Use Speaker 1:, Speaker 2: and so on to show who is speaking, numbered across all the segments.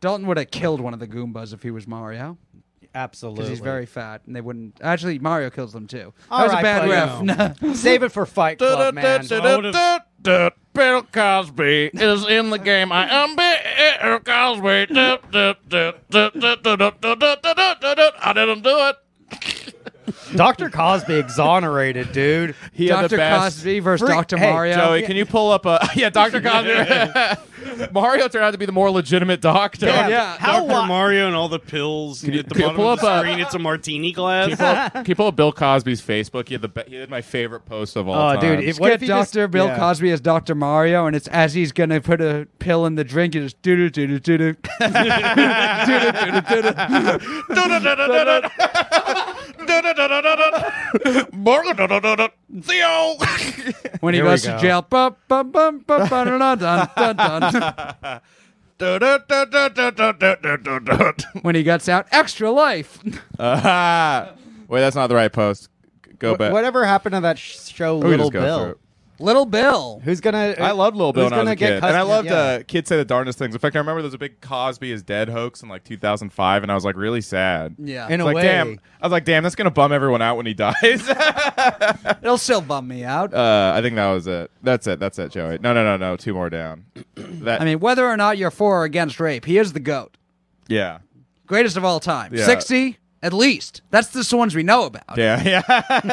Speaker 1: Dalton would have killed one of the Goombas if he was Mario
Speaker 2: Absolutely.
Speaker 1: because he's very fat, and they wouldn't. Actually, Mario kills them too.
Speaker 2: All
Speaker 1: that was
Speaker 2: right,
Speaker 1: a bad
Speaker 2: Claudio.
Speaker 1: ref. No.
Speaker 2: Save it for Fight Club, man.
Speaker 3: Bill Cosby is in the game. I am Bill Cosby. I didn't do it.
Speaker 2: Dr. Cosby exonerated, dude.
Speaker 3: He had
Speaker 1: Dr.
Speaker 3: the best.
Speaker 1: Cosby versus
Speaker 2: Freak-
Speaker 1: Dr.
Speaker 2: Hey,
Speaker 1: Mario.
Speaker 3: Joey, can you pull up a yeah, Doctor Cosby? Mario turned out to be the more legitimate doctor.
Speaker 2: Yeah.
Speaker 1: yeah.
Speaker 2: How
Speaker 4: Dr.
Speaker 2: wi-
Speaker 4: Mario and all the pills and
Speaker 3: you-
Speaker 4: at the
Speaker 3: can you
Speaker 4: bottom
Speaker 3: pull
Speaker 4: of the
Speaker 3: up a-
Speaker 4: screen, it's a martini
Speaker 3: Can you
Speaker 4: glass.
Speaker 3: pull up, can you pull up Bill Cosby's Facebook? He had the be- he had my favorite post of all
Speaker 2: Oh,
Speaker 3: time.
Speaker 2: dude, if-
Speaker 1: What
Speaker 2: What
Speaker 1: if
Speaker 2: he
Speaker 1: Dr.
Speaker 2: just-
Speaker 1: Bill
Speaker 2: yeah.
Speaker 1: Cosby is Dr. Mario, and it's as he's going to put a pill in the drink, you just doo doo doo doo doo doo.
Speaker 3: Theo.
Speaker 1: When he
Speaker 2: Here we
Speaker 1: goes to
Speaker 2: go.
Speaker 1: jail. Ba, ba, ba, ba, ba, dun, dun, dun, dun, dun. When he gets out, extra life.
Speaker 3: Ah. Wait, that's not the right post. Go
Speaker 2: Wh-
Speaker 3: back.
Speaker 2: Whatever happened to that sh- show,
Speaker 3: We
Speaker 2: Little
Speaker 3: just go through
Speaker 2: Bill?
Speaker 3: it.
Speaker 1: Little Bill.
Speaker 2: Who's gonna?
Speaker 3: I loved Little Bill
Speaker 2: who's
Speaker 3: when I was
Speaker 2: gonna get
Speaker 3: a kid, and I
Speaker 2: custody-
Speaker 3: loved
Speaker 2: yeah.
Speaker 3: uh, kids say the darndest things. In fact, I remember there was a big Cosby is dead hoax in like 2005, and I was like really sad.
Speaker 1: Yeah.
Speaker 2: In
Speaker 3: I
Speaker 2: a
Speaker 3: was like,
Speaker 2: way,
Speaker 3: damn. I was like, damn, that's gonna bum everyone out when he dies. uh,
Speaker 1: It'll still bum me out.
Speaker 3: I think that was it. That's it. That's it, Joey. No, no, no, no. Two more down. That.
Speaker 1: I mean, whether or not you're for or against rape, he is the GOAT.
Speaker 3: yeah.
Speaker 1: Greatest of all time.
Speaker 3: Yeah.
Speaker 1: 60, at least. That's just the ones we know about.
Speaker 3: Yeah. Yeah.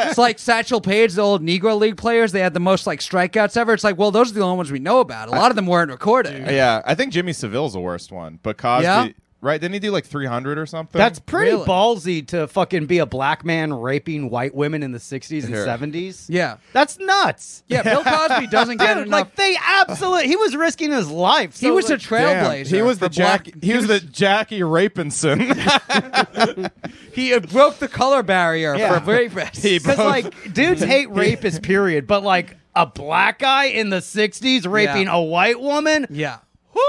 Speaker 1: it's like Satchel Paige, the old Negro League players. They had the most like strikeouts ever. It's like, well, those are the only ones we know about. A lot of them weren't recorded.
Speaker 3: yeah. I think Jimmy Seville's the worst one, but Cosby.
Speaker 1: Yeah?
Speaker 3: Right? Didn't he do like 300 or something?
Speaker 2: That's pretty
Speaker 1: Really?
Speaker 2: ballsy to fucking be a black man raping white women in the '60s and
Speaker 3: Here.
Speaker 2: '70s.
Speaker 1: Yeah.
Speaker 2: that's nuts.
Speaker 1: Yeah, Bill Cosby doesn't get
Speaker 2: Dude,
Speaker 1: enough.
Speaker 2: like they absolutely. He was risking his life.
Speaker 1: he
Speaker 2: so,
Speaker 1: was a
Speaker 2: like,
Speaker 3: Damn.
Speaker 1: trailblazer.
Speaker 3: He was the
Speaker 1: for black-
Speaker 3: Jack. He was the Jackie Rapinson.
Speaker 1: He uh, broke the color barrier
Speaker 2: Yeah.
Speaker 1: for rape rest.
Speaker 3: He
Speaker 2: Because
Speaker 3: broke-
Speaker 2: like dudes hate rapists, period. But like a black guy in the '60s raping
Speaker 1: Yeah.
Speaker 2: a white woman.
Speaker 1: yeah.
Speaker 2: Woo!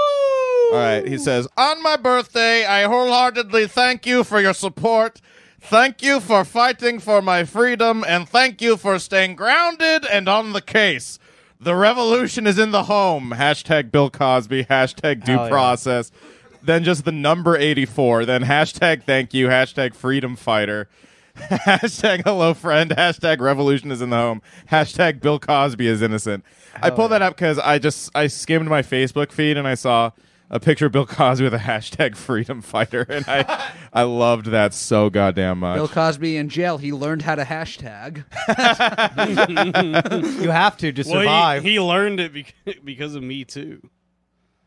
Speaker 3: All right, he says, On my birthday, I wholeheartedly thank you for your support. Thank you for fighting for my freedom, and thank you for staying grounded and on the case. The revolution is in the home. Hashtag Bill Cosby, hashtag due
Speaker 2: Hell yeah.
Speaker 3: process. Then just the number 84. Then hashtag thank you, hashtag freedom fighter. Hashtag hello friend. Hashtag revolution is in the home. Hashtag Bill Cosby is innocent. I pulled that up because I just I skimmed my Facebook feed and I saw a picture of Bill Cosby with a hashtag freedom fighter and I I loved that so goddamn much.
Speaker 1: Bill Cosby in jail, he learned how to hashtag.
Speaker 2: You have to to
Speaker 4: well,
Speaker 2: survive.
Speaker 4: he, he learned it beca- because of me too.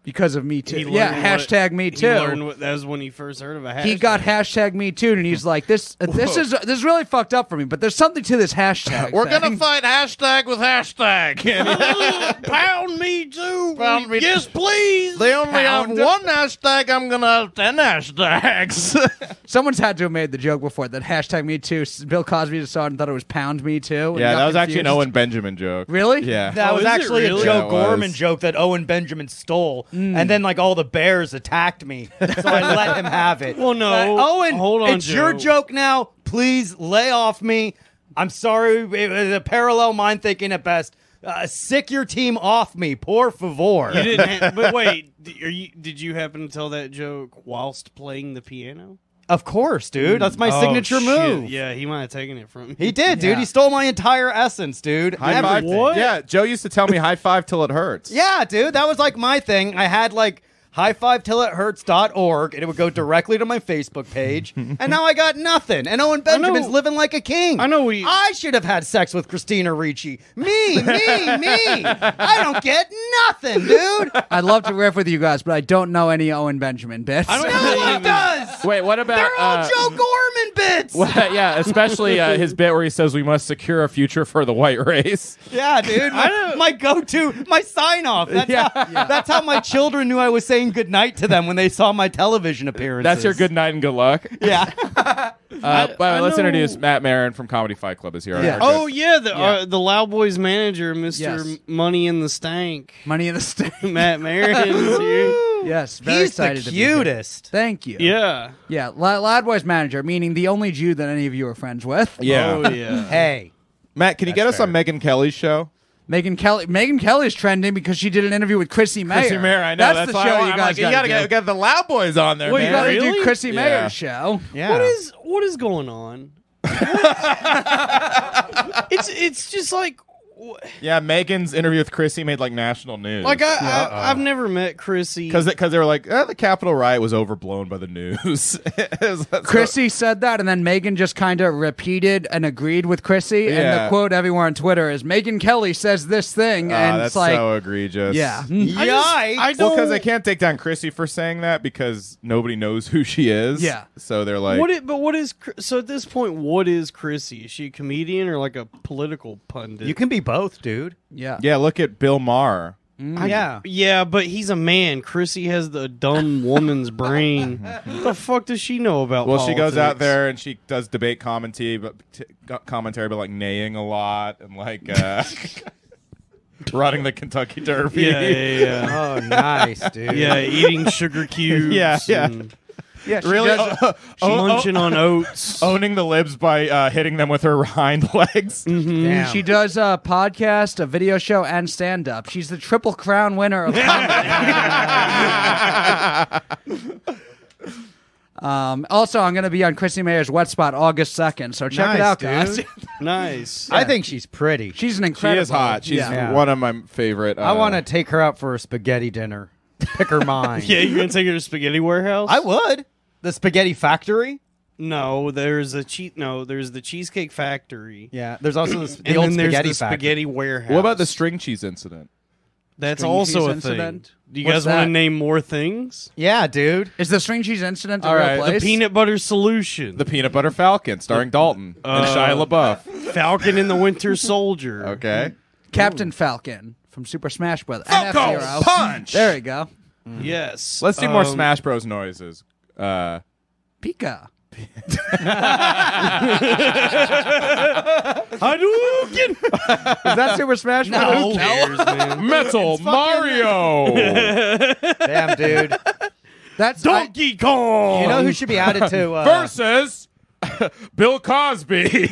Speaker 1: Because of Me Too.
Speaker 4: He
Speaker 1: Yeah,
Speaker 4: learned what-
Speaker 1: hashtag Me
Speaker 4: he
Speaker 1: Too.
Speaker 4: learned what- that was when he first heard of a hashtag.
Speaker 1: he got hashtag me too, and he's like, "This, this is this is really fucked up for me." But there's something to this hashtag. thing.
Speaker 3: fight hashtag with hashtag.
Speaker 4: pound me too.
Speaker 3: Pound me
Speaker 4: yes, please.
Speaker 3: they only
Speaker 1: have Pound.
Speaker 3: one hashtag. I'm gonna have ten hashtags.
Speaker 1: Someone's had to have made the joke before that hashtag me too. s- Bill Cosby just saw it and thought it was pound me too. and
Speaker 3: yeah,
Speaker 1: got
Speaker 3: that was actually an
Speaker 1: confused.
Speaker 3: Owen Benjamin joke.
Speaker 1: Really?
Speaker 3: Yeah.
Speaker 2: That
Speaker 4: Oh,
Speaker 2: was
Speaker 4: is it
Speaker 2: actually
Speaker 4: really?
Speaker 2: a Joe
Speaker 3: Yeah, it was. Mm.
Speaker 2: Gorman joke that Owen Benjamin stole, and then like all the bears attacked me, so I let him have it.
Speaker 4: Well, no.
Speaker 2: Like, Owen,
Speaker 4: Hold on,
Speaker 2: it's your
Speaker 4: Joe.
Speaker 2: joke now. Please lay off me. I'm sorry. It was a parallel mind thinking at best. Uh, sick your team off me, por favor.
Speaker 4: You didn't. Ha- but wait, d- are you, did you happen to tell that joke whilst playing the piano?
Speaker 2: Of course, dude. That's my
Speaker 4: Oh,
Speaker 2: signature
Speaker 4: shit.
Speaker 2: move.
Speaker 4: Yeah, he might have taken it from me.
Speaker 2: He did, dude.
Speaker 1: Yeah.
Speaker 2: He stole my entire essence, dude.
Speaker 3: High
Speaker 2: Every-
Speaker 3: five.
Speaker 4: What?
Speaker 3: Yeah, Joe used to tell me high five till it hurts.
Speaker 2: Yeah, dude, that was like my thing. I had like high five till it hurts.org and it would go directly to my Facebook page. and now I got nothing. And Owen Benjamin's
Speaker 4: know-
Speaker 2: living like a king.
Speaker 4: I know we-
Speaker 2: I should have had sex with Christina Ricci. Me, me, me. I don't get nothing, dude.
Speaker 1: I'd love to riff with you guys, but I don't know any Owen Benjamin bits.
Speaker 4: I don't
Speaker 2: No
Speaker 4: even-
Speaker 2: one does.
Speaker 3: Wait, what about
Speaker 2: They're all
Speaker 3: uh,
Speaker 2: Joe Gorman bits.
Speaker 3: Well, yeah, especially uh, his bit where he says we must secure a future for the white race.
Speaker 2: Yeah, dude. My, my go-to, my sign-off. That's, how, that's how my children knew I was saying goodnight to them when they saw my television appearances.
Speaker 3: That's your good night and good luck.
Speaker 2: Yeah.
Speaker 3: Uh, by the way,
Speaker 4: I
Speaker 3: let's
Speaker 4: know-
Speaker 3: introduce Matt Marin from Comedy Fight Club is here.
Speaker 1: Yeah.
Speaker 3: Our
Speaker 4: Oh
Speaker 3: guest.
Speaker 4: yeah, the Uh, the Loud Boys manager, Mister
Speaker 1: Yes.
Speaker 4: Money in the Stank,
Speaker 1: Money in the state.
Speaker 4: Matt Marin is here.
Speaker 1: yes, very
Speaker 2: He's the
Speaker 1: excited to be here.
Speaker 2: cutest.
Speaker 1: Thank you.
Speaker 4: Yeah.
Speaker 1: yeah. La- Loudboy's manager, meaning the only Jew that any of you are friends with.
Speaker 3: yeah.
Speaker 4: Oh yeah.
Speaker 2: Hey.
Speaker 3: Matt, can you get us on Megan Kelly's show?
Speaker 1: Megan Kelly. Megan Kelly's trending because she did an interview with Chrissy Mayer.
Speaker 3: Chrissy Mayer, I know. That's,
Speaker 1: the
Speaker 3: why
Speaker 1: show
Speaker 3: I,
Speaker 1: you
Speaker 3: am
Speaker 1: guys
Speaker 3: like, you gotta
Speaker 1: gotta,
Speaker 3: get,
Speaker 1: do.
Speaker 3: get the Loud Boys on there,
Speaker 4: Well,
Speaker 1: You
Speaker 3: man.
Speaker 1: gotta
Speaker 4: Really?
Speaker 1: do Chrissy
Speaker 3: Yeah.
Speaker 1: Mayer's show.
Speaker 2: Yeah.
Speaker 4: What is what is going on? it's it's just like wh-
Speaker 3: Yeah, Megan's interview with Chrissy made like national news.
Speaker 4: like uh, I, I I've never met Chrissy.
Speaker 3: because because they were like, eh, the Capitol riot was overblown by the news. It was- that's what-
Speaker 1: Chrissy said that, and then Megan just kind of repeated and agreed with Chrissy. And
Speaker 3: Yeah.
Speaker 1: the quote everywhere on Twitter is Megan Kelly says this thing,
Speaker 3: Ah,
Speaker 1: and
Speaker 3: that's
Speaker 1: it's like,
Speaker 3: so egregious.
Speaker 1: yeah, hmm,
Speaker 4: I, just,
Speaker 2: Yikes.
Speaker 4: I
Speaker 3: Well,
Speaker 4: don't
Speaker 3: because they can't take down Chrissy for saying that because nobody knows who she is.
Speaker 1: Yeah.
Speaker 3: So they're like,
Speaker 4: What it, but what is Chris- so at this point? What is Chrissy? Is she a comedian or like a political pundit?
Speaker 2: You can be both, dude.
Speaker 1: yeah,
Speaker 3: yeah, look at Bill Maher.
Speaker 2: yeah.
Speaker 4: Mm. yeah, but he's a man. Chrissy has the dumb woman's brain. the fuck does she know about?
Speaker 3: Well, she goes out
Speaker 4: politics?
Speaker 3: there and she does debate commentary, but t- co- commentary, but like neighing a lot and like uh, running the Kentucky Derby.
Speaker 4: Yeah, yeah, yeah.
Speaker 2: Oh, nice, dude.
Speaker 4: Yeah, eating sugar cubes.
Speaker 3: Yeah, yeah.
Speaker 4: and
Speaker 1: yeah. she
Speaker 3: Really,
Speaker 1: does-
Speaker 3: oh, oh, oh,
Speaker 4: munching on oats.
Speaker 3: owning the libs by uh, hitting them with her hind legs.
Speaker 2: Damn.
Speaker 1: Oh, She does a podcast, a video show, and stand up. She's the triple crown winner of comedy. um, also, I'm going to be on Chrissy Mayer's Wet Spot August 2nd, so check
Speaker 2: Nice,
Speaker 1: it out,
Speaker 2: dude.
Speaker 1: guys.
Speaker 4: Nice.
Speaker 2: I think she's pretty.
Speaker 1: She's an
Speaker 3: She
Speaker 1: incredible.
Speaker 3: is hot. She's
Speaker 1: yeah.
Speaker 2: Yeah.
Speaker 3: one of my favorite. Uh,
Speaker 2: I want to take her out for a spaghetti dinner. Pick her mind.
Speaker 4: Yeah, you're gonna take her to Spaghetti Warehouse.
Speaker 2: I would. The spaghetti factory.
Speaker 4: No, there's a cheat. No, there's the Cheesecake Factory.
Speaker 2: Yeah. There's also the, the
Speaker 4: and
Speaker 2: old
Speaker 4: then there's
Speaker 2: spaghetti
Speaker 4: the
Speaker 2: factory.
Speaker 4: Spaghetti Warehouse.
Speaker 3: What about the string cheese incident?
Speaker 4: That's
Speaker 1: string cheese
Speaker 4: also a
Speaker 1: incident?
Speaker 4: thing. Do you
Speaker 1: What's
Speaker 4: guys want
Speaker 1: that?
Speaker 4: to name more things?
Speaker 2: Yeah, dude.
Speaker 1: Is the string cheese incident a
Speaker 3: All
Speaker 1: real
Speaker 3: right, the
Speaker 1: place?
Speaker 4: Peanut butter solution.
Speaker 3: The peanut butter falcon, starring Dalton and Shia LaBeouf.
Speaker 4: Falcon and the Winter Soldier.
Speaker 3: Okay,
Speaker 1: Captain Falcon from Super Smash Bros.
Speaker 3: Falco
Speaker 1: NF0.
Speaker 3: punch.
Speaker 1: There you go.
Speaker 4: Yes.
Speaker 3: Let's do more
Speaker 4: Um,
Speaker 3: Smash Bros. noises. Uh,
Speaker 1: Pika.
Speaker 4: Hadouken!
Speaker 1: Is that Super Smash Bros?
Speaker 4: Who cares, man?
Speaker 3: Metal Mario
Speaker 2: Damn, dude.
Speaker 1: That's I-
Speaker 4: Donkey Kong.
Speaker 2: You
Speaker 1: Oh,
Speaker 2: know who should be added to? Uh,
Speaker 3: versus Bill Cosby,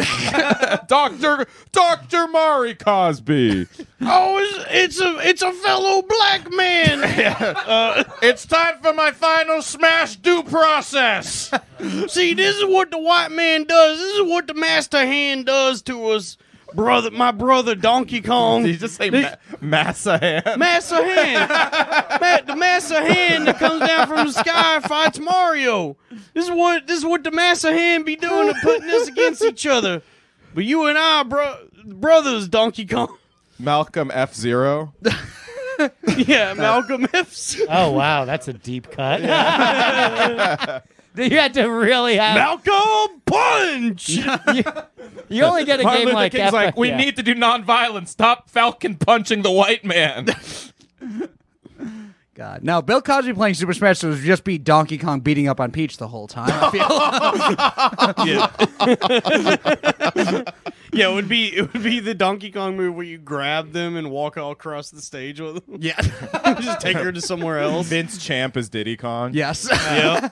Speaker 3: Doctor Doctor Mari Cosby.
Speaker 4: oh, it's, it's a it's a fellow black man.
Speaker 3: Uh, It's time for my final smash due process.
Speaker 4: See, this is what the white man does. This is what the master hand does to us, brother. My brother Donkey Kong.
Speaker 3: Did you just say ma- massa hand?
Speaker 4: Master Hand, Ma- the Master Hand that comes down from the sky fights Mario. This is what this is what the Master Hand be doing to putting us against each other. But you and I, bro, brothers, Donkey Kong.
Speaker 3: Malcolm F Zero.
Speaker 4: Yeah, Malcolm F's.
Speaker 5: Oh wow, that's a deep cut. you had to really have.
Speaker 4: Malcolm Punch.
Speaker 5: You, you only get a game like that. but- yeah.
Speaker 3: to do nonviolence. Stop Falcon punching the white man.
Speaker 1: God. Now, Bill Cosby playing Super Smash Bros. would just be Donkey Kong beating up on Peach the whole time. I feel.
Speaker 4: Yeah. yeah, it would be it would be the Donkey Kong move where you grab them and walk all across the stage with them.
Speaker 1: yeah.
Speaker 4: Just take her to somewhere else.
Speaker 3: Vince Champ is Diddy Kong.
Speaker 1: Yes.
Speaker 4: Yeah.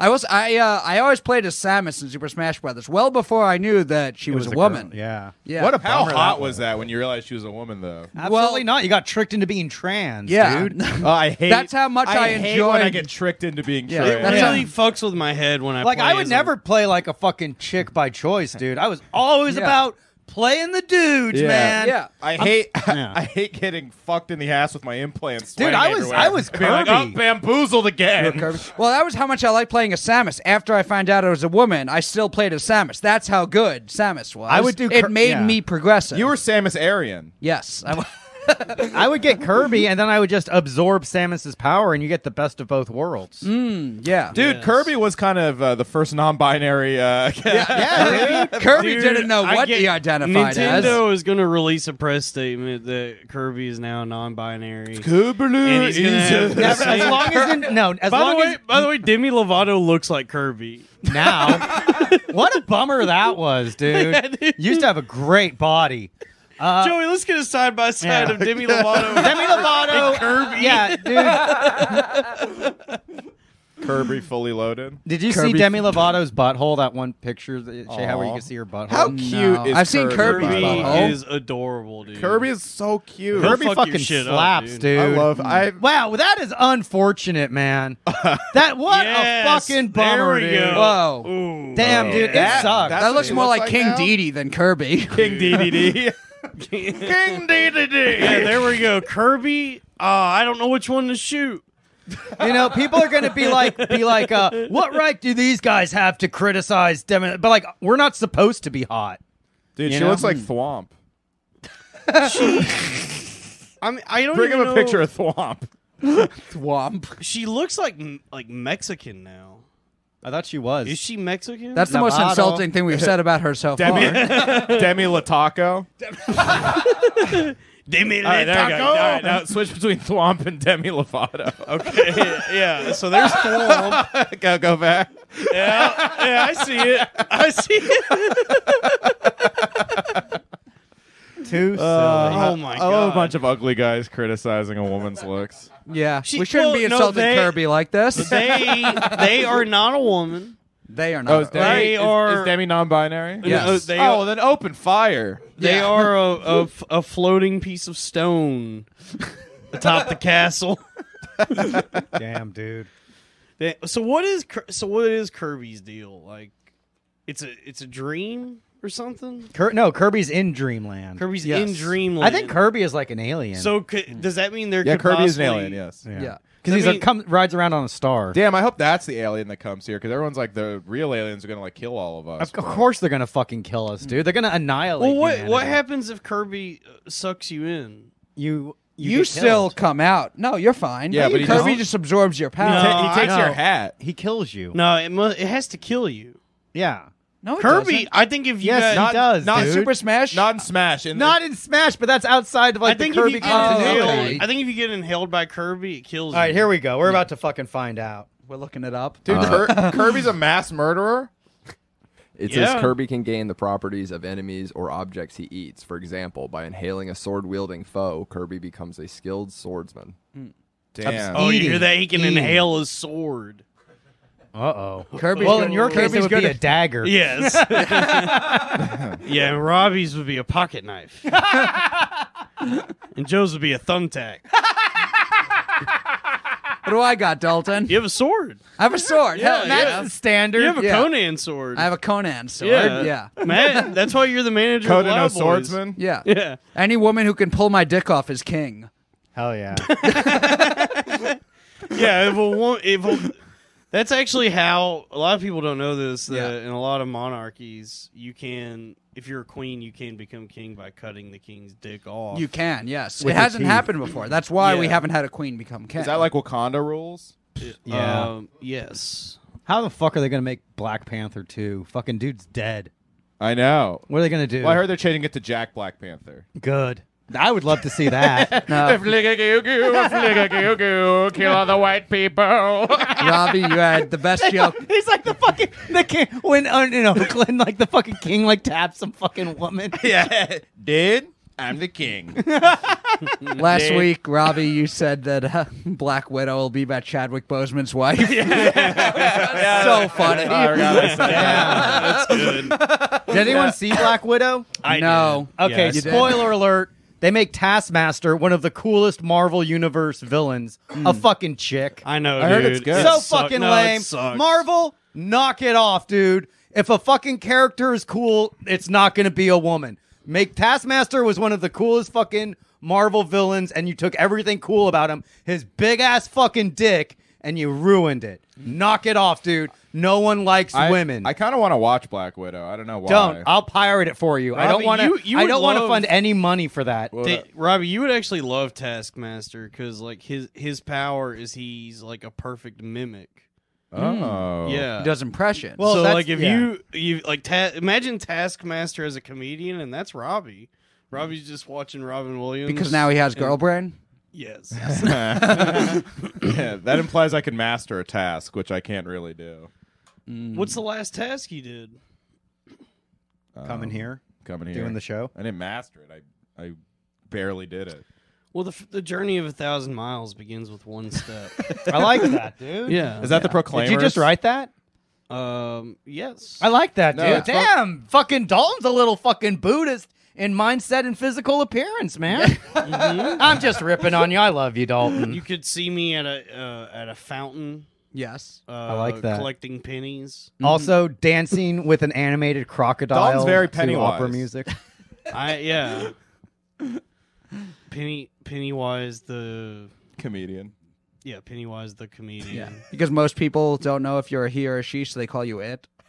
Speaker 1: I was I uh, I always played as Samus in Super Smash Brothers. Well before I knew that she was, a woman.
Speaker 2: Yeah.
Speaker 1: Yeah.
Speaker 3: What a how
Speaker 2: bummer
Speaker 3: hot
Speaker 2: that
Speaker 3: was that when you realized she was a woman though?
Speaker 2: Absolutely not. You got tricked into being trans,
Speaker 1: yeah.
Speaker 2: dude. Oh,
Speaker 3: Uh, I hate.
Speaker 1: That's how much I
Speaker 3: hate when I
Speaker 1: enjoyed-
Speaker 3: get tricked into being
Speaker 1: Yeah,
Speaker 3: tricked.
Speaker 1: that's
Speaker 4: It
Speaker 1: how-
Speaker 4: really fucks with my head when I
Speaker 2: Like
Speaker 4: play
Speaker 2: I would
Speaker 4: as a-
Speaker 2: never play like a fucking chick by choice, dude. I was always
Speaker 1: Yeah.
Speaker 2: about playing the dudes,
Speaker 3: Yeah.
Speaker 2: man.
Speaker 1: Yeah.
Speaker 3: I hate
Speaker 2: Yeah.
Speaker 3: I hate getting fucked in the ass with my implants.
Speaker 2: Dude,
Speaker 3: flying
Speaker 2: I was-
Speaker 3: everywhere.
Speaker 2: I was
Speaker 3: Be like,
Speaker 2: Kirby.
Speaker 3: "Oh, bamboozled again.
Speaker 1: Well, that was how much I liked playing as Samus. After I found out I was a woman, I still played as Samus. That's how good Samus was.
Speaker 2: I would do
Speaker 1: it
Speaker 2: cur-
Speaker 1: made
Speaker 2: yeah.
Speaker 1: me progressive.
Speaker 3: You were Samus Arian.
Speaker 1: yes. I,
Speaker 2: I would get Kirby, and then I would just absorb Samus's power, and you get the best of both worlds.
Speaker 1: Mm. yeah.
Speaker 3: Dude,
Speaker 4: Yes.
Speaker 3: Kirby was kind of uh, the first non-binary. Uh,
Speaker 2: Yeah, dude.
Speaker 1: Kirby
Speaker 4: Dude,
Speaker 1: didn't know
Speaker 4: I
Speaker 1: what
Speaker 4: get-
Speaker 1: he identified as.
Speaker 4: Nintendo is going to release a press statement that Kirby is now non-binary. And
Speaker 3: Kubalu
Speaker 4: he's gonna have the
Speaker 2: Never- as
Speaker 4: same-
Speaker 2: long as in- no, as
Speaker 4: By
Speaker 2: long
Speaker 4: the way,
Speaker 2: as
Speaker 4: by the way, Demi Lovato looks like Kirby.
Speaker 2: now. what a bummer that was, dude. Used to have a great body.
Speaker 4: Joey, let's get a side by side
Speaker 2: Uh, yeah.
Speaker 4: of Demi Lovato.
Speaker 2: Demi Lovato,
Speaker 4: Kirby.
Speaker 2: yeah, dude.
Speaker 3: Kirby fully loaded.
Speaker 2: Did you see
Speaker 1: Kirby-
Speaker 2: Demi Lovato's butthole? That one picture, that Shay, how where you
Speaker 3: Aw.
Speaker 2: can see her butthole. Mm.
Speaker 3: How
Speaker 1: No.
Speaker 3: cute is
Speaker 1: I've seen
Speaker 3: Kirby?
Speaker 1: Kirby.
Speaker 4: Kirby
Speaker 1: butthole.
Speaker 4: is adorable, dude.
Speaker 3: Kirby is so cute.
Speaker 4: Kirby
Speaker 2: Kirby
Speaker 4: fuck your
Speaker 2: fucking
Speaker 4: shit up,
Speaker 2: slaps,
Speaker 4: dude.
Speaker 2: dude.
Speaker 3: I love. I
Speaker 2: Wow, that is unfortunate, man. that what a
Speaker 4: Yes,
Speaker 2: fucking
Speaker 4: there
Speaker 2: bummer,
Speaker 4: we
Speaker 2: dude.
Speaker 4: go.
Speaker 1: Whoa.
Speaker 4: Ooh.
Speaker 2: Damn, dude,
Speaker 3: Oh, That-
Speaker 2: it sucks.
Speaker 3: that's
Speaker 1: That
Speaker 3: what
Speaker 1: looks
Speaker 3: he
Speaker 1: more
Speaker 3: looks
Speaker 1: like
Speaker 3: like
Speaker 1: King
Speaker 3: now?
Speaker 1: Dedede than Kirby.
Speaker 3: King DDD.
Speaker 4: King DDD. Yeah, there we go. Kirby. Uh, I don't know which one to shoot.
Speaker 2: You know, people are going to be like, be like, uh, what right do these guys have to criticize Demi? But like, we're not supposed to be hot.
Speaker 3: Dude,
Speaker 2: You
Speaker 3: she
Speaker 2: know?
Speaker 3: looks like Thwomp.
Speaker 4: I mean, I don't
Speaker 3: Bring
Speaker 4: even
Speaker 3: him a
Speaker 4: know-
Speaker 3: picture of Thwomp.
Speaker 1: Thwomp.
Speaker 4: She looks like like Mexican now.
Speaker 2: I thought she was.
Speaker 4: Is she Mexican?
Speaker 1: That's the most
Speaker 2: Lovato.
Speaker 1: insulting thing we've said about her so far.
Speaker 3: Demi Lataco.
Speaker 4: they made it
Speaker 3: All right, there we go.
Speaker 4: taco.
Speaker 3: All right, now switch between Thwomp and Demi Lovato.
Speaker 4: okay, yeah. So there's Thwomp.
Speaker 3: go, go back.
Speaker 4: Yeah, yeah, I see it. I see it.
Speaker 2: too
Speaker 4: oh my
Speaker 3: I love
Speaker 4: god.
Speaker 3: a bunch of ugly guys criticizing a woman's looks.
Speaker 1: Yeah.
Speaker 4: She-
Speaker 1: we shouldn't
Speaker 4: well,
Speaker 1: be
Speaker 4: no,
Speaker 1: insulting
Speaker 4: they-
Speaker 1: Kirby like this. They,
Speaker 4: they they are not a woman.
Speaker 1: are not.
Speaker 3: Oh, is Demi,
Speaker 4: They
Speaker 3: is-
Speaker 4: are-
Speaker 3: is Demi non-binary?
Speaker 1: Yes.
Speaker 4: No, they
Speaker 3: Oh, well, then open fire.
Speaker 4: They
Speaker 1: Yeah.
Speaker 4: are a, a f- a floating piece of stone atop the castle.
Speaker 2: Damn, dude.
Speaker 4: They- so what is Kir- so what is Kirby's deal? Like, it's a it's a dream or something.
Speaker 2: Kir- no, Kirby's in Dreamland.
Speaker 4: Kirby's
Speaker 1: Yes.
Speaker 4: in dreamland.
Speaker 2: I think Kirby is like an alien.
Speaker 4: So could, does that mean there?
Speaker 3: Yeah,
Speaker 4: could
Speaker 3: Kirby is an
Speaker 4: possibly-
Speaker 3: alien. Yes.
Speaker 1: yeah.
Speaker 2: because
Speaker 4: I
Speaker 2: he's
Speaker 4: mean-
Speaker 2: a come rides around on a star.
Speaker 3: Damn, I hope that's the alien that comes here because everyone's like the real aliens are gonna like kill all of us.
Speaker 2: Of course, they're gonna fucking kill us, dude. They're gonna annihilate.
Speaker 4: Well, what
Speaker 2: humanity.
Speaker 4: what happens if Kirby uh, sucks you in?
Speaker 2: You you,
Speaker 1: You,
Speaker 2: get
Speaker 1: still
Speaker 2: killed.
Speaker 1: come out. No, you're fine.
Speaker 3: Yeah, but he
Speaker 1: Kirby
Speaker 3: don't.
Speaker 1: just absorbs your
Speaker 3: He
Speaker 1: power.
Speaker 4: No.
Speaker 3: ta- he takes
Speaker 2: no.
Speaker 3: your hat.
Speaker 2: he kills you.
Speaker 4: No, it mu- it has to kill you.
Speaker 2: Yeah,
Speaker 1: No, it
Speaker 4: Kirby,
Speaker 1: doesn't.
Speaker 4: I think if you
Speaker 2: Yes,
Speaker 4: got,
Speaker 2: not- does,
Speaker 3: Not
Speaker 2: uh, dude.
Speaker 1: Super Smash.
Speaker 3: Not in Smash. In
Speaker 2: not in Smash, but that's outside of like
Speaker 4: I think
Speaker 2: the
Speaker 4: if
Speaker 2: Kirby
Speaker 4: you get
Speaker 1: continuity.
Speaker 4: inhaled, I think if you get inhaled by Kirby, it kills.
Speaker 2: All right,
Speaker 4: you.
Speaker 2: here we go. We're about to fucking find out.
Speaker 1: We're looking it up. Uh,
Speaker 3: dude, Kir- Kirby's a mass murderer.
Speaker 6: It
Speaker 4: Yeah.
Speaker 6: says Kirby can gain the properties of enemies or objects he eats. For example, by inhaling a sword wielding foe, Kirby becomes a skilled swordsman.
Speaker 3: Damn.
Speaker 4: Oh, you
Speaker 2: Eating,
Speaker 4: hear that? He can
Speaker 2: eating.
Speaker 4: inhale his sword.
Speaker 2: Uh oh.
Speaker 1: Kirby's
Speaker 2: Well,
Speaker 1: good-
Speaker 2: in your case,
Speaker 1: Kirby's
Speaker 2: it would
Speaker 1: good
Speaker 2: be a
Speaker 1: at-
Speaker 2: dagger.
Speaker 4: Yes. yeah, and Robbie's would be a pocket knife. and Joe's would be a thumbtack.
Speaker 1: What do I got, Dalton?
Speaker 4: You have a sword.
Speaker 1: I have a sword. Hell,
Speaker 4: yeah.
Speaker 2: That's
Speaker 1: yeah.
Speaker 2: the standard.
Speaker 4: You have a
Speaker 1: Yeah.
Speaker 4: Conan sword.
Speaker 1: I have a Conan sword.
Speaker 4: yeah.
Speaker 1: Yeah.
Speaker 4: Matt, that's why you're the manager
Speaker 3: Conan
Speaker 4: of
Speaker 3: no
Speaker 4: Loud Boys.
Speaker 3: swordsman.
Speaker 1: Yeah.
Speaker 4: Yeah.
Speaker 1: Any woman who can pull my dick off is king.
Speaker 2: Hell yeah.
Speaker 4: Yeah, if a wo- if a- that's actually how a lot of people don't know this that in a lot of monarchies you can if you're a queen you can become king by cutting the king's dick off.
Speaker 1: You can, yes.
Speaker 2: With
Speaker 1: it
Speaker 2: your
Speaker 1: hasn't
Speaker 2: teeth.
Speaker 1: happened before. That's why we
Speaker 4: Yeah.
Speaker 1: haven't had a queen become king.
Speaker 3: Is that like Wakanda rules?
Speaker 2: Yeah.
Speaker 4: Um, yes.
Speaker 2: How the fuck are they gonna make Black Panther two? Fucking dude's dead.
Speaker 3: I know.
Speaker 2: What are they gonna do?
Speaker 3: Well, I heard they're changing it to Jack Black Panther.
Speaker 2: Good. I would love to see that.
Speaker 1: No.
Speaker 3: Kill all the white people.
Speaker 1: Robbie, you had the best joke.
Speaker 2: He's like the fucking the king when uh, in Oakland, like the fucking king like taps some fucking woman.
Speaker 3: yeah, dude, I'm the king.
Speaker 1: Last week, Robbie, you said that uh, Black Widow will be about Chadwick Boseman's wife. so funny.
Speaker 4: That's good.
Speaker 2: Did anyone see Black Widow?
Speaker 4: I
Speaker 1: no.
Speaker 2: Okay,
Speaker 1: Yes. You did.
Speaker 2: spoiler alert. They make Taskmaster, one of the coolest Marvel Universe villains, a fucking chick.
Speaker 4: I know.
Speaker 3: I heard
Speaker 4: dude.
Speaker 3: it's good.
Speaker 4: It
Speaker 2: so
Speaker 4: suck-
Speaker 2: fucking
Speaker 4: no, it
Speaker 2: lame.
Speaker 4: sucks.
Speaker 2: Marvel, knock it off, dude. If a fucking character is cool, it's not going to be a woman. Make Taskmaster was one of the coolest fucking Marvel villains, and you took everything cool about him, his big ass fucking dick, and you ruined it. Knock it off, dude. No one likes
Speaker 3: I,
Speaker 2: women.
Speaker 3: I kind of want to watch Black Widow. I don't know why.
Speaker 2: don't. I'll pirate it for you. I don't
Speaker 4: Robbie,
Speaker 2: want
Speaker 4: you-
Speaker 2: to.
Speaker 4: you
Speaker 2: I
Speaker 4: would
Speaker 2: don't want to
Speaker 4: love-
Speaker 2: fund any money for that.
Speaker 3: Well,
Speaker 4: Da- Robbie, you would actually love Taskmaster because like his his power is he's like a perfect mimic.
Speaker 3: oh,
Speaker 1: He
Speaker 4: Mm. Yeah.
Speaker 1: does impressions.
Speaker 2: Well,
Speaker 4: so
Speaker 2: that's-
Speaker 4: like if
Speaker 2: yeah.
Speaker 4: you you like ta- imagine Taskmaster as a comedian and that's Robbie. Robbie's just watching Robin Williams
Speaker 1: because now he has
Speaker 4: and-
Speaker 1: girl brain.
Speaker 4: Yes.
Speaker 3: Yeah, that implies I can master a task, which I can't really do.
Speaker 4: What's the last task you did?
Speaker 2: Coming here,
Speaker 3: Um, Coming here,
Speaker 2: doing the show.
Speaker 3: I didn't master it. I I barely did it.
Speaker 4: Well, the, f- the journey of a thousand miles begins with one step.
Speaker 2: I like that, dude.
Speaker 4: yeah.
Speaker 3: Is that the proclaimer?
Speaker 2: Oh, Did you just write that?
Speaker 4: Um. Yes.
Speaker 2: I like that,
Speaker 3: No,
Speaker 2: dude.
Speaker 3: it's fuck-
Speaker 2: Damn, fucking Dalton's a little fucking Buddhist in mindset and physical appearance, man. I'm just ripping on you. I love you, Dalton.
Speaker 4: you could see me at a uh, at a fountain.
Speaker 1: Yes.
Speaker 4: Uh,
Speaker 2: like that.
Speaker 4: Collecting pennies.
Speaker 2: also dancing with an animated crocodile.
Speaker 3: Dalton's very
Speaker 2: to opera
Speaker 3: Pennywise.
Speaker 2: music.
Speaker 4: I yeah. Penny Pennywise the
Speaker 3: comedian?
Speaker 4: yeah Pennywise the comedian.
Speaker 1: Yeah. Because most people don't know if you're a he or a she, so they call you it.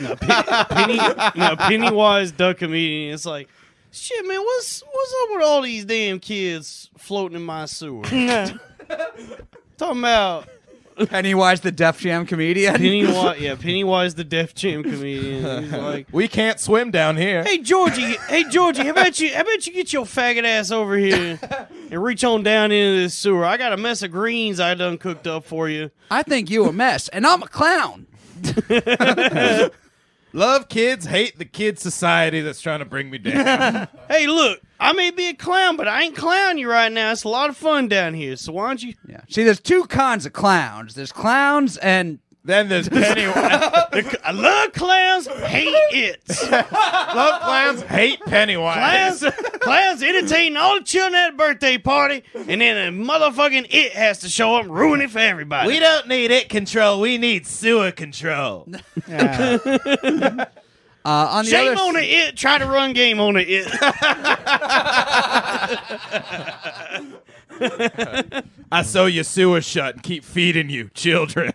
Speaker 4: No, Pen- Penny, no, Pennywise the comedian. It's like, shit, man, what's what's up with all these damn kids floating in my sewer? Talking about
Speaker 1: Pennywise the Def Jam comedian.
Speaker 4: Pennywise, yeah, Pennywise the Def Jam comedian. He's like,
Speaker 3: We can't swim down here.
Speaker 4: hey Georgie, hey Georgie, how about you? How about you get your faggot ass over here and reach on down into this sewer? I got a mess of greens I done cooked up for you.
Speaker 1: I think you a mess, and I'm a clown.
Speaker 3: Love kids, hate the kid society that's trying to bring me down.
Speaker 4: Hey, look, I may be a clown, but I ain't clowning you right now. It's a lot of fun down here. So why don't you?
Speaker 1: Yeah. See, there's two kinds of clowns. There's clowns and
Speaker 3: then there's Pennywise.
Speaker 4: I love clowns, hate it.
Speaker 3: Love clowns, hate Pennywise.
Speaker 4: Clowns, clowns entertaining all the children at a birthday party, and then a motherfucking it has to show up and ruin it for everybody.
Speaker 3: don't need it control. We need sewer control.
Speaker 1: uh, on the
Speaker 4: Shame
Speaker 1: other.
Speaker 4: on the it. Try to run game on the it.
Speaker 3: I sew your sewer shut and keep feeding you children.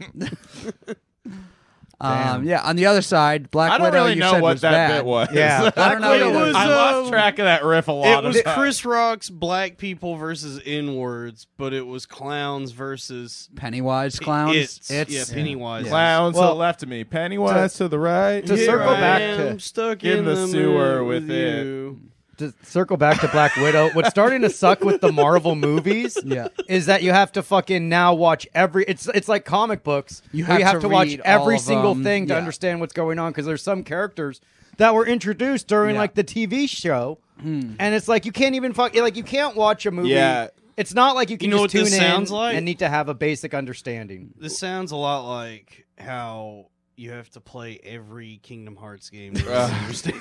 Speaker 1: um, yeah. On the other side, Black
Speaker 3: I don't
Speaker 1: Widow.
Speaker 3: really
Speaker 1: you
Speaker 3: know
Speaker 1: said
Speaker 3: what
Speaker 1: was
Speaker 3: that
Speaker 1: bad.
Speaker 3: bit was.
Speaker 2: Yeah.
Speaker 1: I don't know.
Speaker 4: Widow
Speaker 1: either.
Speaker 4: was-
Speaker 3: I
Speaker 4: um,
Speaker 3: lost track of that riff a lot.
Speaker 4: It was
Speaker 3: of times.
Speaker 4: Chris Rock's Black People versus N words, but it was clowns versus
Speaker 1: Pennywise clowns.
Speaker 4: It's, yeah, Pennywise.
Speaker 3: Clowns to
Speaker 2: Well,
Speaker 3: the left of me, Pennywise to, the right.
Speaker 2: to
Speaker 4: Here
Speaker 2: circle
Speaker 4: I
Speaker 2: back
Speaker 4: am
Speaker 2: to-
Speaker 4: stuck
Speaker 3: in
Speaker 4: in,
Speaker 3: the sewer
Speaker 4: middle
Speaker 3: with it.
Speaker 4: you.
Speaker 2: to circle back to Black Widow, what's starting to suck with the Marvel movies
Speaker 1: Yeah.
Speaker 2: is that you have to fucking now watch every it's it's like comic books.
Speaker 1: You
Speaker 2: where
Speaker 1: have to
Speaker 2: watch
Speaker 1: read all
Speaker 2: every
Speaker 1: of
Speaker 2: single
Speaker 1: them,
Speaker 2: thing to
Speaker 1: yeah.
Speaker 2: understand what's going on because there's some characters that were introduced during
Speaker 1: Yeah.
Speaker 2: like the TV show. And it's like you can't even fuck like you can't watch a movie.
Speaker 3: Yeah.
Speaker 2: It's not like you can
Speaker 4: know
Speaker 2: just
Speaker 4: what
Speaker 2: tune
Speaker 4: this
Speaker 2: in
Speaker 4: sounds like?
Speaker 2: and need to have a basic understanding.
Speaker 4: This sounds a lot like how you have to play every Kingdom Hearts game. to
Speaker 3: Ugh.
Speaker 4: understand.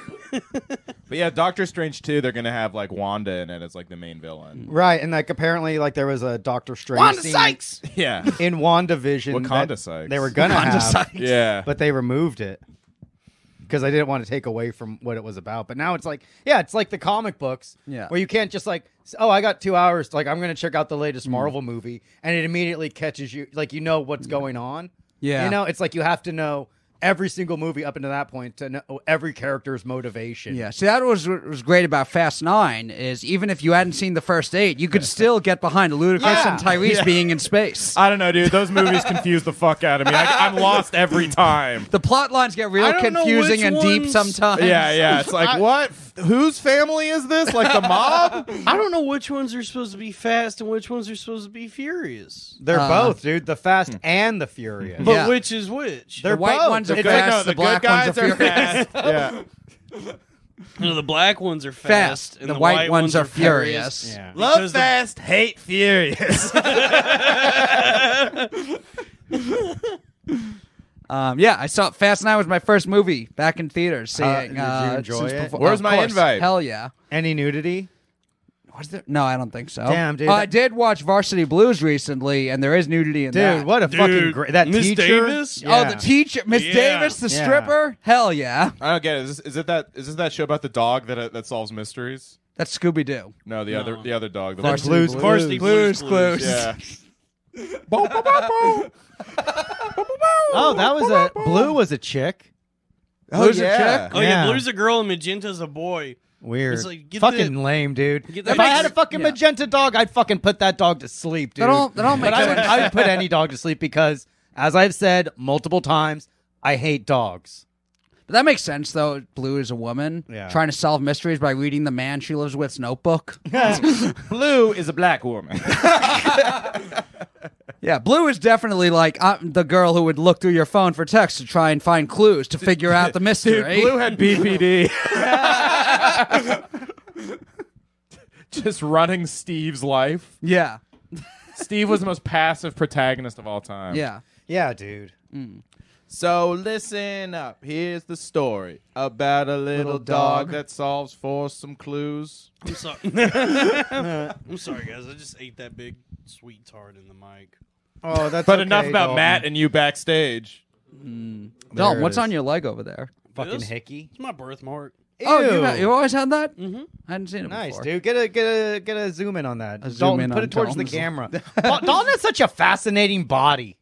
Speaker 3: But yeah, Doctor Strange 2, they're going to have like Wanda in it as like the main villain.
Speaker 2: Right, and like apparently like there was a Doctor Strange
Speaker 4: Wanda
Speaker 2: scene
Speaker 4: Sykes.
Speaker 3: Yeah.
Speaker 2: in WandaVision
Speaker 3: Wakanda
Speaker 2: that
Speaker 3: Sykes.
Speaker 2: They were gonna have
Speaker 3: yeah.
Speaker 2: but they removed it because I didn't want to take away from what it was about. But now it's like, yeah, it's like the comic books,
Speaker 1: Yeah.
Speaker 2: where you can't just like, s- oh, I got two hours, like I'm gonna check out the
Speaker 1: Mm.
Speaker 2: latest Marvel movie, and it immediately catches you, like you know what's going on.
Speaker 1: Yeah.
Speaker 2: you know, it's like you have to know every single movie up until that point to know every character's motivation.
Speaker 1: Yeah, see that was what was great about Fast Nine is even if you hadn't seen the first eight, you could still get behind Ludacris
Speaker 2: Yeah.
Speaker 1: and Tyrese being in space.
Speaker 3: I don't know, dude. Those movies confuse the fuck out of me. I, I'm lost every time.
Speaker 1: the plot lines get real
Speaker 4: I don't know
Speaker 1: confusing
Speaker 4: which
Speaker 1: and deep
Speaker 4: ones-
Speaker 1: sometimes.
Speaker 3: Yeah, yeah. It's like, what? F- Whose family is this? Like the mob?
Speaker 4: I don't know which ones are supposed to be fast and which ones are supposed to be furious.
Speaker 2: they're
Speaker 1: Uh,
Speaker 2: both, dude, the Fast and the Furious.
Speaker 4: But
Speaker 1: Yeah.
Speaker 4: which is which?
Speaker 1: The
Speaker 2: They're
Speaker 1: white
Speaker 2: both.
Speaker 1: ones are
Speaker 2: It's
Speaker 3: Good-
Speaker 1: fast,
Speaker 3: no,
Speaker 1: the,
Speaker 3: the,
Speaker 1: black
Speaker 3: good guys
Speaker 1: ones are,
Speaker 3: are
Speaker 1: furious.
Speaker 3: fast. yeah.
Speaker 4: You know, the black ones are fast,
Speaker 1: Fast,
Speaker 4: and
Speaker 1: the, white, ones, are furious.
Speaker 2: Yeah.
Speaker 4: Love
Speaker 3: fast, hate furious.
Speaker 1: Um, yeah, I saw Fast Nine was my first movie back in theaters. Seeing,
Speaker 2: Uh, did you
Speaker 1: uh,
Speaker 2: enjoy
Speaker 1: since
Speaker 2: it?
Speaker 1: before-
Speaker 3: Where's
Speaker 1: of
Speaker 3: my
Speaker 1: course.
Speaker 3: invite?
Speaker 1: Hell yeah.
Speaker 2: Any nudity?
Speaker 1: Was there? No, I don't think so.
Speaker 2: Damn, dude,
Speaker 1: Uh,
Speaker 2: that-
Speaker 1: I did watch Varsity Blues recently, and there is nudity in
Speaker 2: Dude,
Speaker 1: that.
Speaker 2: what a fucking
Speaker 4: Dude,
Speaker 2: great that
Speaker 4: Miss
Speaker 2: teacher.
Speaker 4: Davis?
Speaker 1: Oh, the
Speaker 2: Yeah.
Speaker 1: teacher, Miss
Speaker 4: Yeah.
Speaker 1: Davis, the
Speaker 2: Yeah.
Speaker 1: stripper. Hell yeah,
Speaker 3: I don't get it. Is, this, is it that? Is this that show about the dog that uh, that solves mysteries?
Speaker 1: that's Scooby Doo.
Speaker 3: No, the other the other dog. The
Speaker 1: Varsity
Speaker 2: Blues
Speaker 1: Blues.
Speaker 4: Varsity Blues Clues.
Speaker 3: yeah.
Speaker 2: Oh, that was a blue was a chick.
Speaker 1: Blues are check.
Speaker 4: Oh yeah.
Speaker 2: Yeah.
Speaker 4: blue's a girl and magenta's a boy.
Speaker 2: Weird.
Speaker 4: It's like, get
Speaker 2: fucking
Speaker 4: the-
Speaker 2: lame, dude.
Speaker 4: get
Speaker 2: If
Speaker 4: the-
Speaker 2: I had a fucking
Speaker 1: Yeah.
Speaker 2: magenta dog, I'd fucking put that dog to sleep, dude.
Speaker 1: That all that all
Speaker 2: but
Speaker 1: makes
Speaker 2: I would,
Speaker 1: sense.
Speaker 2: I would put any dog to sleep because, as I've said multiple times, I hate dogs.
Speaker 1: But that makes sense though. Blue is a woman
Speaker 2: Yeah.
Speaker 1: trying to solve mysteries by reading the man she lives with's notebook.
Speaker 3: Blue is a black woman.
Speaker 1: yeah, Blue is definitely like uh, the girl who would look through your phone for text to try and find clues to figure out the mystery.
Speaker 3: Blue had BPD. just running Steve's life.
Speaker 1: Yeah.
Speaker 3: Steve was the most passive protagonist of all time.
Speaker 1: Yeah.
Speaker 2: Yeah, dude.
Speaker 3: So listen up. Here's the story about a little, dog,
Speaker 1: dog.
Speaker 3: that solves for some clues.
Speaker 4: I'm sorry. I'm sorry, guys. I just ate that big sweet tart in the mic.
Speaker 2: Oh, that's.
Speaker 3: But
Speaker 2: okay,
Speaker 3: enough about
Speaker 2: Dalton.
Speaker 3: Matt and you backstage.
Speaker 1: Dalton,
Speaker 2: it
Speaker 1: what's
Speaker 2: is.
Speaker 1: on your leg over there?
Speaker 2: Fucking
Speaker 4: This?
Speaker 2: hickey.
Speaker 4: It's my birthmark.
Speaker 1: Oh, you,
Speaker 2: Ew.
Speaker 1: ha- you always had that? Mm-hmm. I hadn't seen it
Speaker 2: Nice,
Speaker 1: before.
Speaker 2: dude. Get a get a get a zoom in on that.
Speaker 1: A zoom
Speaker 2: Dalton,
Speaker 1: in
Speaker 2: put
Speaker 1: on
Speaker 2: it towards
Speaker 1: Dalton's-
Speaker 2: the camera. Dal- Dalton has such a fascinating body.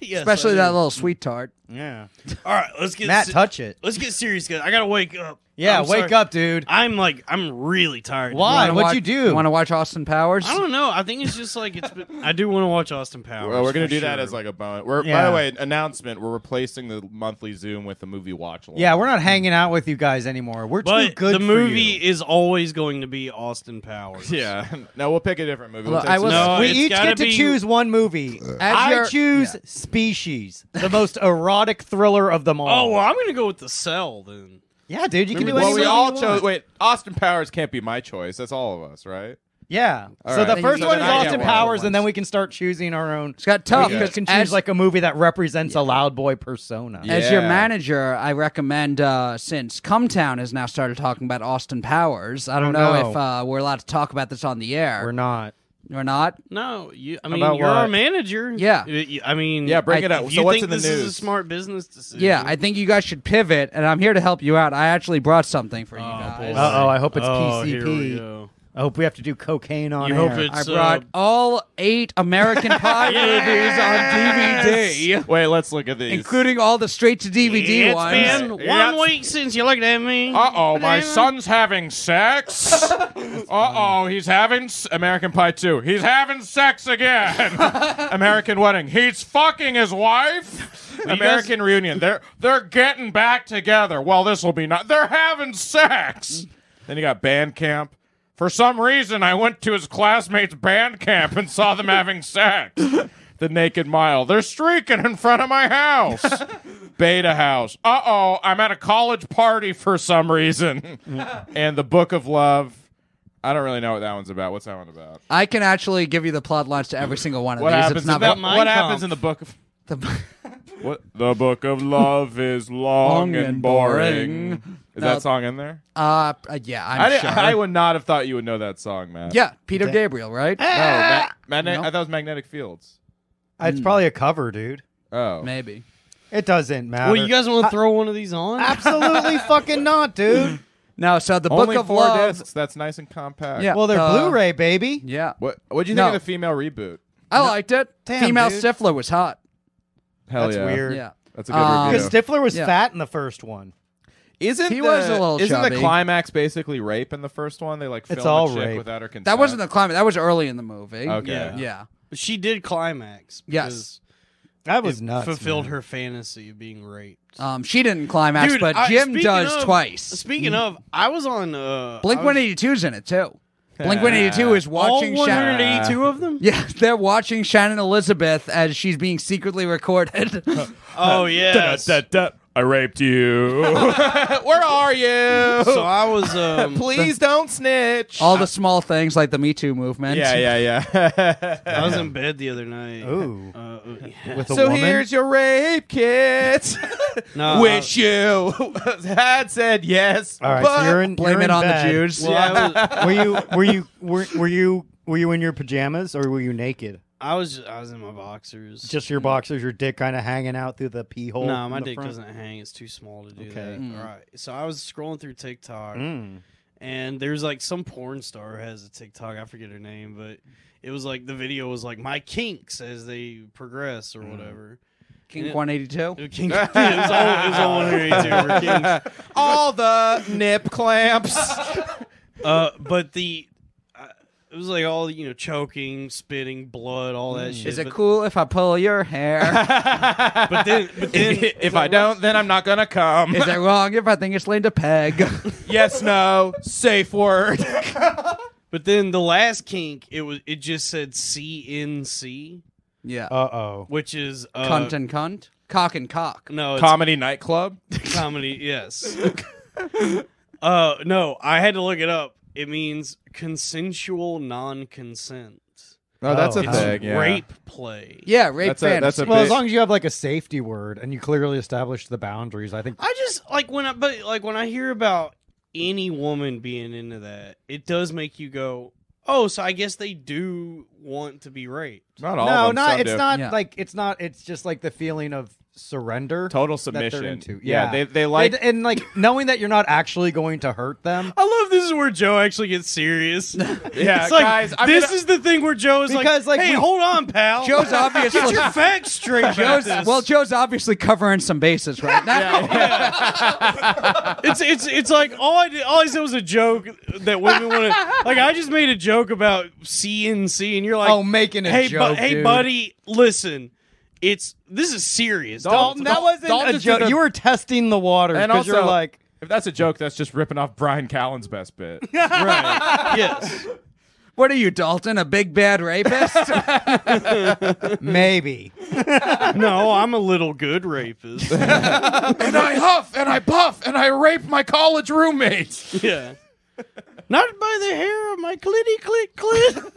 Speaker 4: Yes,
Speaker 1: Especially
Speaker 4: I
Speaker 1: that
Speaker 4: do.
Speaker 1: little sweet tart.
Speaker 2: Yeah.
Speaker 4: All right, let's get
Speaker 2: Matt,
Speaker 4: se-
Speaker 2: touch it.
Speaker 4: Let's get serious, guys. I gotta wake up.
Speaker 2: Yeah,
Speaker 4: I'm
Speaker 2: wake
Speaker 4: sorry.
Speaker 2: up, dude.
Speaker 4: I'm like, I'm really tired.
Speaker 2: Why?
Speaker 1: Wanna
Speaker 2: what'd
Speaker 1: watch-
Speaker 2: you do?
Speaker 1: want to watch Austin Powers?
Speaker 4: I don't know. I think it's just like it's. Been, I do want to watch Austin Powers.
Speaker 3: Well, we're gonna
Speaker 4: for
Speaker 3: do that
Speaker 4: sure.
Speaker 3: as like a bonus. We're, By
Speaker 2: Yeah.
Speaker 3: the way, announcement: we're replacing the monthly Zoom with the movie watch. Along.
Speaker 2: Yeah, we're not hanging out with you guys anymore. We're too
Speaker 4: But
Speaker 2: good.
Speaker 4: the
Speaker 2: for
Speaker 4: movie
Speaker 2: you.
Speaker 4: is always going to be Austin Powers.
Speaker 3: yeah. No, we'll pick a different movie. We'll
Speaker 1: Look,
Speaker 3: take
Speaker 1: I
Speaker 3: some-
Speaker 1: was-
Speaker 4: No,
Speaker 2: we
Speaker 4: it's
Speaker 2: each
Speaker 4: gotta
Speaker 2: get to
Speaker 4: be-
Speaker 2: choose one movie. I
Speaker 1: your-
Speaker 2: Uh, choose
Speaker 1: yeah.
Speaker 2: Species, the most erotic thriller of them all.
Speaker 4: Oh well, I'm gonna go with the cell then.
Speaker 2: yeah, dude, you can do
Speaker 3: well,
Speaker 2: anything
Speaker 3: we
Speaker 2: you
Speaker 3: all
Speaker 2: want.
Speaker 3: chose. Wait, Austin Powers can't be my choice. That's all of us, right?
Speaker 2: Yeah.
Speaker 3: All
Speaker 2: so
Speaker 3: right.
Speaker 2: the first
Speaker 1: So
Speaker 2: one is
Speaker 1: then I get
Speaker 2: Austin
Speaker 1: one.
Speaker 2: Powers, and then we can start choosing our own.
Speaker 1: It's got tough
Speaker 2: You guys
Speaker 1: because
Speaker 2: can choose like a movie that represents a loud boy persona.
Speaker 1: As your
Speaker 3: Yeah.
Speaker 1: manager, I recommend uh, since Cumtown has now started talking about Austin Powers. I don't
Speaker 2: Oh,
Speaker 1: know
Speaker 2: no.
Speaker 1: if uh, we're allowed to talk about this on the air.
Speaker 2: We're not.
Speaker 1: We're not.
Speaker 4: No, you. I mean,
Speaker 2: About
Speaker 4: you're our
Speaker 2: what?
Speaker 4: manager.
Speaker 1: Yeah.
Speaker 4: Y- y- I mean,
Speaker 3: Yeah, bring
Speaker 1: I-
Speaker 3: it up.
Speaker 4: If
Speaker 3: So
Speaker 4: you
Speaker 3: what's
Speaker 4: think
Speaker 3: in the
Speaker 4: this
Speaker 3: news?
Speaker 4: is a smart business decision?
Speaker 1: Yeah, I think you guys should pivot, and I'm here to help you out. I actually brought something for you
Speaker 4: boy.
Speaker 1: guys.
Speaker 4: Uh,
Speaker 2: Uh oh, I hope it's
Speaker 4: oh, here we
Speaker 2: PCP.
Speaker 4: go.
Speaker 2: I hope we have to do cocaine on
Speaker 4: You
Speaker 2: air.
Speaker 4: hope it's
Speaker 1: I brought
Speaker 4: uh,
Speaker 1: all eight American Pie movies on DVD,
Speaker 3: Wait, let's look at these.
Speaker 1: including all the straight to DVD
Speaker 4: It's
Speaker 1: ones.
Speaker 4: been one
Speaker 3: Yep.
Speaker 4: week since you looked at me.
Speaker 3: Uh oh, my
Speaker 4: Damon.
Speaker 3: son's having sex. Uh oh, he's having s- American Pie 2. He's having sex again. American Wedding. He's fucking his wife. American Reunion. They're they're getting back together. Well, this will be not. They're having sex. then you got band camp. For some reason, I went to his classmates' band camp and saw them having sex. The Naked Mile. They're streaking in front of my house. Beta House. Uh oh, I'm at a college party for some reason. and the Book of Love. I don't really know what that one's about. What's that one about?
Speaker 1: I can actually give you the plot lines to every single one of
Speaker 3: What
Speaker 1: these.
Speaker 3: happens?
Speaker 1: it's
Speaker 3: In
Speaker 1: not
Speaker 3: the,
Speaker 1: very-
Speaker 4: Mein
Speaker 3: what happens
Speaker 4: Kampf.
Speaker 3: in the Book of
Speaker 1: the-
Speaker 3: What? The Book of Love is long,
Speaker 1: Long
Speaker 3: and
Speaker 1: and
Speaker 3: boring. Is
Speaker 1: No.
Speaker 3: that song in there?
Speaker 1: uh, yeah, I'm
Speaker 3: I, didn't-
Speaker 1: sure.
Speaker 3: I would not have thought you would know that song, Matt.
Speaker 1: yeah, Peter Gabriel, right?
Speaker 3: No, Ma- Magne-
Speaker 1: No.
Speaker 3: I thought it was Magnetic Fields.
Speaker 2: It's probably a cover, dude.
Speaker 3: Oh.
Speaker 1: Maybe.
Speaker 2: It doesn't matter.
Speaker 4: Well, you guys want to throw one of these on?
Speaker 2: absolutely fucking not, dude.
Speaker 1: No, so the
Speaker 3: Only
Speaker 1: Book of
Speaker 3: four
Speaker 1: Love.
Speaker 3: discs. That's nice and compact.
Speaker 1: Yeah.
Speaker 2: Well, they're
Speaker 1: Uh,
Speaker 2: Blu-ray, baby.
Speaker 1: Yeah,
Speaker 3: What? What'd you think
Speaker 1: No.
Speaker 3: of the female reboot?
Speaker 1: I liked it.
Speaker 2: Damn,
Speaker 1: Female
Speaker 2: dude.
Speaker 1: Stifler was hot.
Speaker 3: Hell
Speaker 2: That's
Speaker 3: yeah.
Speaker 2: weird.
Speaker 1: oh, Yeah,
Speaker 3: That's a good
Speaker 1: Um,
Speaker 3: review.
Speaker 2: Because Stifler was
Speaker 1: Yeah.
Speaker 2: fat in the first one.
Speaker 3: Isn't
Speaker 1: He
Speaker 3: the,
Speaker 1: was a little
Speaker 3: Isn't
Speaker 1: chubby.
Speaker 3: the climax basically rape in the first one? They like film
Speaker 2: all
Speaker 3: a chick
Speaker 2: rape.
Speaker 3: without her consent.
Speaker 1: that wasn't the climate. That was early in the movie.
Speaker 3: Okay.
Speaker 4: Yeah.
Speaker 1: Yeah.
Speaker 4: she did climax.
Speaker 1: Yes.
Speaker 2: That
Speaker 4: because
Speaker 2: was
Speaker 4: it
Speaker 2: nuts.
Speaker 4: Fulfilled
Speaker 2: man.
Speaker 4: her fantasy of being raped.
Speaker 1: Um, she didn't climax,
Speaker 4: Dude,
Speaker 1: but
Speaker 4: I-
Speaker 1: Jim
Speaker 4: speaking
Speaker 1: does
Speaker 4: of-
Speaker 1: twice.
Speaker 4: Speaking of, I was on uh,
Speaker 1: Blink
Speaker 4: I was-
Speaker 1: 182's in it too. Blink 182 is
Speaker 4: All
Speaker 1: watching Shannon.
Speaker 4: 182 of them.
Speaker 1: Yeah, they're watching Shannon Elizabeth as she's being secretly recorded.
Speaker 4: Oh yeah. so
Speaker 3: I raped you. Where are you?
Speaker 4: I was. Um,
Speaker 3: Please don't snitch.
Speaker 1: All the small things like the Me Too movement.
Speaker 3: yeah, yeah, yeah.
Speaker 4: I was in bed the other night.
Speaker 2: Ooh.
Speaker 4: Uh, uh, yeah.
Speaker 2: with a
Speaker 3: so
Speaker 2: woman.
Speaker 3: here's your rape kit.
Speaker 4: No,
Speaker 3: Wish you had said yes.
Speaker 2: All right,
Speaker 3: but
Speaker 2: so you're in.
Speaker 1: Blame
Speaker 2: you're
Speaker 1: it
Speaker 2: in
Speaker 1: on
Speaker 2: bed.
Speaker 1: the Jews.
Speaker 4: Well, I was,
Speaker 2: were you? Were you? Were, were you? Were you in your pajamas or were you naked?
Speaker 4: I was I was in my boxers.
Speaker 2: Just your boxers, your dick kind of hanging out through the pee hole.
Speaker 4: Mm. no, my
Speaker 2: in the
Speaker 4: dick
Speaker 2: front? Mm.
Speaker 4: doesn't hang. It's too small to do
Speaker 2: Okay.
Speaker 4: that. All right. So I was scrolling through TikTok,
Speaker 2: Mm.
Speaker 4: and there's like some porn star who has a TikTok. I forget her name, but it was like the video was like my kinks as they progress or
Speaker 2: Mm.
Speaker 4: whatever.
Speaker 1: King 182.
Speaker 4: It, kink, it was all, it was all 182 were kinks.
Speaker 3: all the nip clamps.
Speaker 4: Uh, but the uh, it was like all you know, choking, spitting, blood, all
Speaker 2: Mm.
Speaker 4: that shit.
Speaker 1: Is it
Speaker 4: but,
Speaker 1: cool if I pull your hair?
Speaker 4: But then, but then
Speaker 3: if, if I don't, then I'm not gonna come.
Speaker 1: Is it wrong if I think it's Linda Peg?
Speaker 3: yes, no, safe word.
Speaker 4: But then the last kink, it was it just said CNC,
Speaker 1: yeah.
Speaker 2: Uh oh.
Speaker 4: which is uh,
Speaker 1: cunt and cunt. Cock and cock.
Speaker 4: No, it's
Speaker 3: Comedy
Speaker 4: Oh,
Speaker 3: nightclub.
Speaker 4: comedy. Yes. uh, no, I had to look it up. It means consensual non-consent.
Speaker 3: No, that's
Speaker 2: Oh.
Speaker 3: a
Speaker 4: It's
Speaker 3: thing. yeah.
Speaker 4: rape play.
Speaker 1: Yeah, rape
Speaker 3: That's a-
Speaker 1: fantasy.
Speaker 3: that's a
Speaker 2: Well, as
Speaker 3: big-
Speaker 2: long as you have like a safety word and you clearly establish the boundaries, I think.
Speaker 4: I just like when I but like when I hear about any woman being into that, it does make you go, "Oh, so I guess they do want to be raped."
Speaker 3: Not all. of
Speaker 2: no,
Speaker 3: them,
Speaker 2: not
Speaker 3: some
Speaker 2: it's
Speaker 3: do.
Speaker 2: not
Speaker 1: Yeah.
Speaker 2: like it's not. It's just like the feeling of surrender,
Speaker 3: total
Speaker 2: that they're
Speaker 3: submission.
Speaker 2: into.
Speaker 3: Yeah. they they like Oh,
Speaker 2: and, and, like knowing that you're not actually going to hurt them.
Speaker 4: I love this is where Joe actually gets serious. it's
Speaker 3: yeah,
Speaker 4: like
Speaker 3: Uh, guys. I'm
Speaker 4: this
Speaker 3: gonna-
Speaker 4: is the thing where Joe is
Speaker 2: Because, like,
Speaker 4: like, "Hey,
Speaker 2: we-
Speaker 4: hold on, pal."
Speaker 1: Joe's obviously
Speaker 4: Get your facts straight. about
Speaker 1: Joe's,
Speaker 4: this.
Speaker 1: well, Joe's obviously covering some bases right now.
Speaker 4: it's it's it's like all I did, all I said was a joke that women want to like. I just made a joke about CNC, and you're like,
Speaker 2: oh, making a
Speaker 4: hey, bu-
Speaker 2: joke.
Speaker 4: hey,
Speaker 2: dude.
Speaker 4: buddy, listen, it's this is serious.
Speaker 2: Dalton, that wasn't
Speaker 3: Dalton
Speaker 2: a
Speaker 3: just
Speaker 2: joke.
Speaker 3: did a-
Speaker 2: you were testing the water
Speaker 3: And
Speaker 2: because you're
Speaker 3: also-
Speaker 2: like,
Speaker 3: If that's a joke, that's just ripping off Brian Callen's best bit.
Speaker 4: yes,
Speaker 1: What are you, Dalton? A big bad rapist?
Speaker 2: maybe.
Speaker 4: no, I'm a little good rapist.
Speaker 3: and I huff and I puff and I rape my college roommates.
Speaker 4: yeah, not by the hair of my clitty click clit.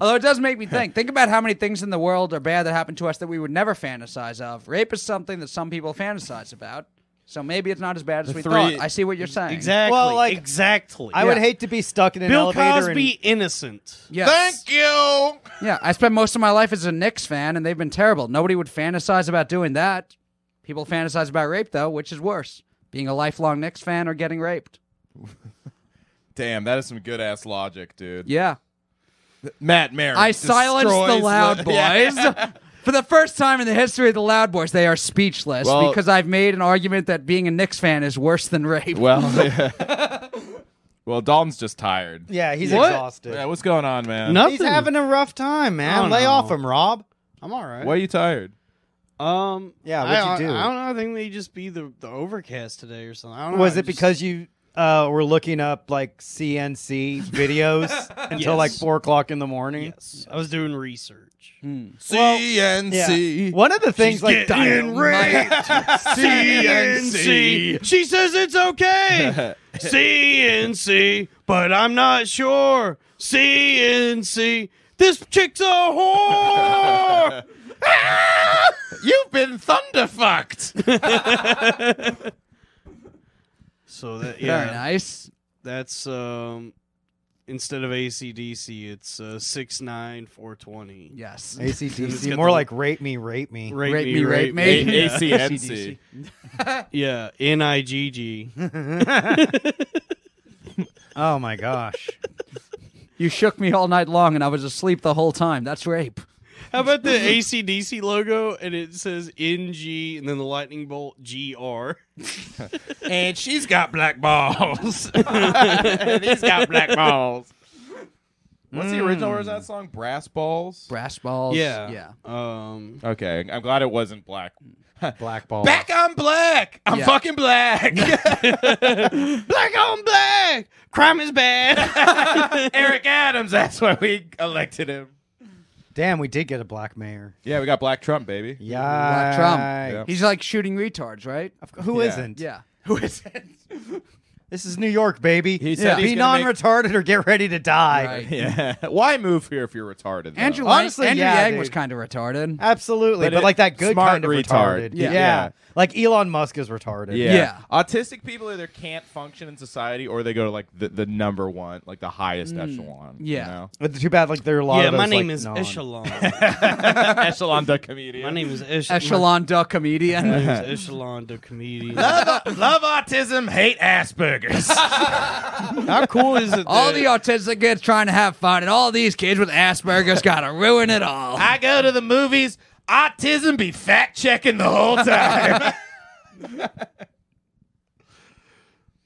Speaker 1: Although it does make me think. Think about how many things in the world are bad that happen to us that we would never fantasize of. Rape is something that some people fantasize about. So maybe it's not as bad as we
Speaker 3: three-
Speaker 1: thought. I see what you're saying.
Speaker 4: Exactly.
Speaker 2: Well, like,
Speaker 4: exactly.
Speaker 2: I would hate to be stuck in an
Speaker 4: Bill
Speaker 2: elevator.
Speaker 4: Cosby innocent.
Speaker 1: Yes.
Speaker 3: Thank you.
Speaker 1: Yeah. I spent most of my life as a Knicks fan, and they've been terrible. Nobody would fantasize about doing that. People fantasize about rape, though, which is worse being a lifelong Knicks fan or getting raped.
Speaker 3: Damn, that is some good ass logic, dude.
Speaker 1: Yeah.
Speaker 3: Matt Merrick.
Speaker 1: I silenced the
Speaker 3: destroys
Speaker 1: loud
Speaker 3: the-
Speaker 1: boys.
Speaker 3: Yeah.
Speaker 1: For the first time in the history of the Loud Boys, they are speechless
Speaker 6: Well-
Speaker 1: because I've made an argument that being a Knicks fan is worse than rape.
Speaker 3: Well, yeah. well, Dalton's just tired.
Speaker 2: and- yeah, he's
Speaker 4: What?
Speaker 2: exhausted.
Speaker 3: Yeah, what's going on, man?
Speaker 4: Nothing.
Speaker 2: He's having a rough time, man.
Speaker 4: Oh,
Speaker 2: Lay
Speaker 4: no.
Speaker 2: off him, Rob.
Speaker 4: I'm all right.
Speaker 3: Why are you tired?
Speaker 4: Um.
Speaker 2: Yeah,
Speaker 4: I,
Speaker 2: Uh, what'd you do?
Speaker 4: I, I don't know. I think they just be the the overcast today or something. I don't know.
Speaker 2: Was
Speaker 4: I
Speaker 2: it
Speaker 4: just-
Speaker 2: because you uh, were looking up like CNC videos until
Speaker 4: Yes.
Speaker 2: like four o'clock in the morning?
Speaker 4: Yes, I was doing research.
Speaker 3: CNC.
Speaker 2: One of the things like
Speaker 4: Getting raped. CNC. She says it's okay. CNC, but I'm not sure. CNC. This chick's a whore.
Speaker 3: You've been thunderfucked.
Speaker 4: so that
Speaker 1: Very
Speaker 4: yeah,
Speaker 1: nice.
Speaker 4: that's um. Instead of ACDC, it's uh, six nine four twenty.
Speaker 1: Yes.
Speaker 4: It's
Speaker 2: ACDC,
Speaker 4: got
Speaker 2: more
Speaker 4: the-
Speaker 2: like rape me, rape me.
Speaker 4: Rape,
Speaker 1: Rape
Speaker 4: me,
Speaker 1: me,
Speaker 4: rape
Speaker 1: rape
Speaker 4: me.
Speaker 1: me.
Speaker 4: Yeah.
Speaker 3: ACNC.
Speaker 4: Yeah, N I G G.
Speaker 2: Oh my gosh.
Speaker 1: You shook me all night long and I was asleep the whole time. That's rape.
Speaker 4: How about the ACDC logo and it says NG and then the lightning bolt GR?
Speaker 3: And she's got black balls. and he's got black balls. What's the original word of that song? Brass balls?
Speaker 1: Brass balls. Yeah.
Speaker 4: Um,
Speaker 3: okay, I'm glad it wasn't black.
Speaker 2: Blackball.
Speaker 3: Back on black. I'm
Speaker 1: Yeah.
Speaker 3: fucking black.
Speaker 4: black on black! Crime is bad!
Speaker 3: Eric Adams. That's why we elected him.
Speaker 2: Damn, we did get a black mayor.
Speaker 3: Yeah, we got black Trump, baby.
Speaker 2: Yeah.
Speaker 1: Black Trump.
Speaker 3: Yeah.
Speaker 1: He's like shooting retards, right?
Speaker 2: Who
Speaker 3: Yeah.
Speaker 2: not
Speaker 1: Yeah.
Speaker 2: This is New York, baby.
Speaker 3: He said he's
Speaker 2: Be non
Speaker 3: gonna make-
Speaker 2: retarded or get ready to die.
Speaker 1: Right.
Speaker 3: Yeah. Why move here if you're retarded? though?
Speaker 1: Andrew,
Speaker 2: Honestly,
Speaker 1: Andrew
Speaker 2: yeah,
Speaker 1: Yang was
Speaker 2: dude.
Speaker 1: kind of retarded.
Speaker 2: Absolutely.
Speaker 3: But
Speaker 2: But,
Speaker 3: it-
Speaker 2: like that good
Speaker 3: smart
Speaker 2: kind of retarded.
Speaker 3: retard.
Speaker 1: Yeah.
Speaker 3: Yeah.
Speaker 2: Like Elon Musk is retarded.
Speaker 3: Yeah.
Speaker 1: Yeah.
Speaker 3: Autistic people either can't function in society or they go to like the, the number one, like the highest echelon.
Speaker 1: yeah.
Speaker 3: You know?
Speaker 2: But too bad like there are a lot
Speaker 4: yeah,
Speaker 2: of those,
Speaker 4: my name
Speaker 2: like,
Speaker 4: is
Speaker 2: non-
Speaker 4: Echelon.
Speaker 3: echelon de comedian.
Speaker 4: My name is Echelon.
Speaker 1: Echelon duck
Speaker 4: My
Speaker 1: comedian.
Speaker 4: name is Echelon, the comedian.
Speaker 3: Love autism, hate Asperger's.
Speaker 4: How cool is it?
Speaker 1: all
Speaker 4: that-
Speaker 1: the autistic kids trying to have fun, and all these kids with Asperger's gotta ruin it all.
Speaker 3: I go to the movies. Autism be fact checking the whole time.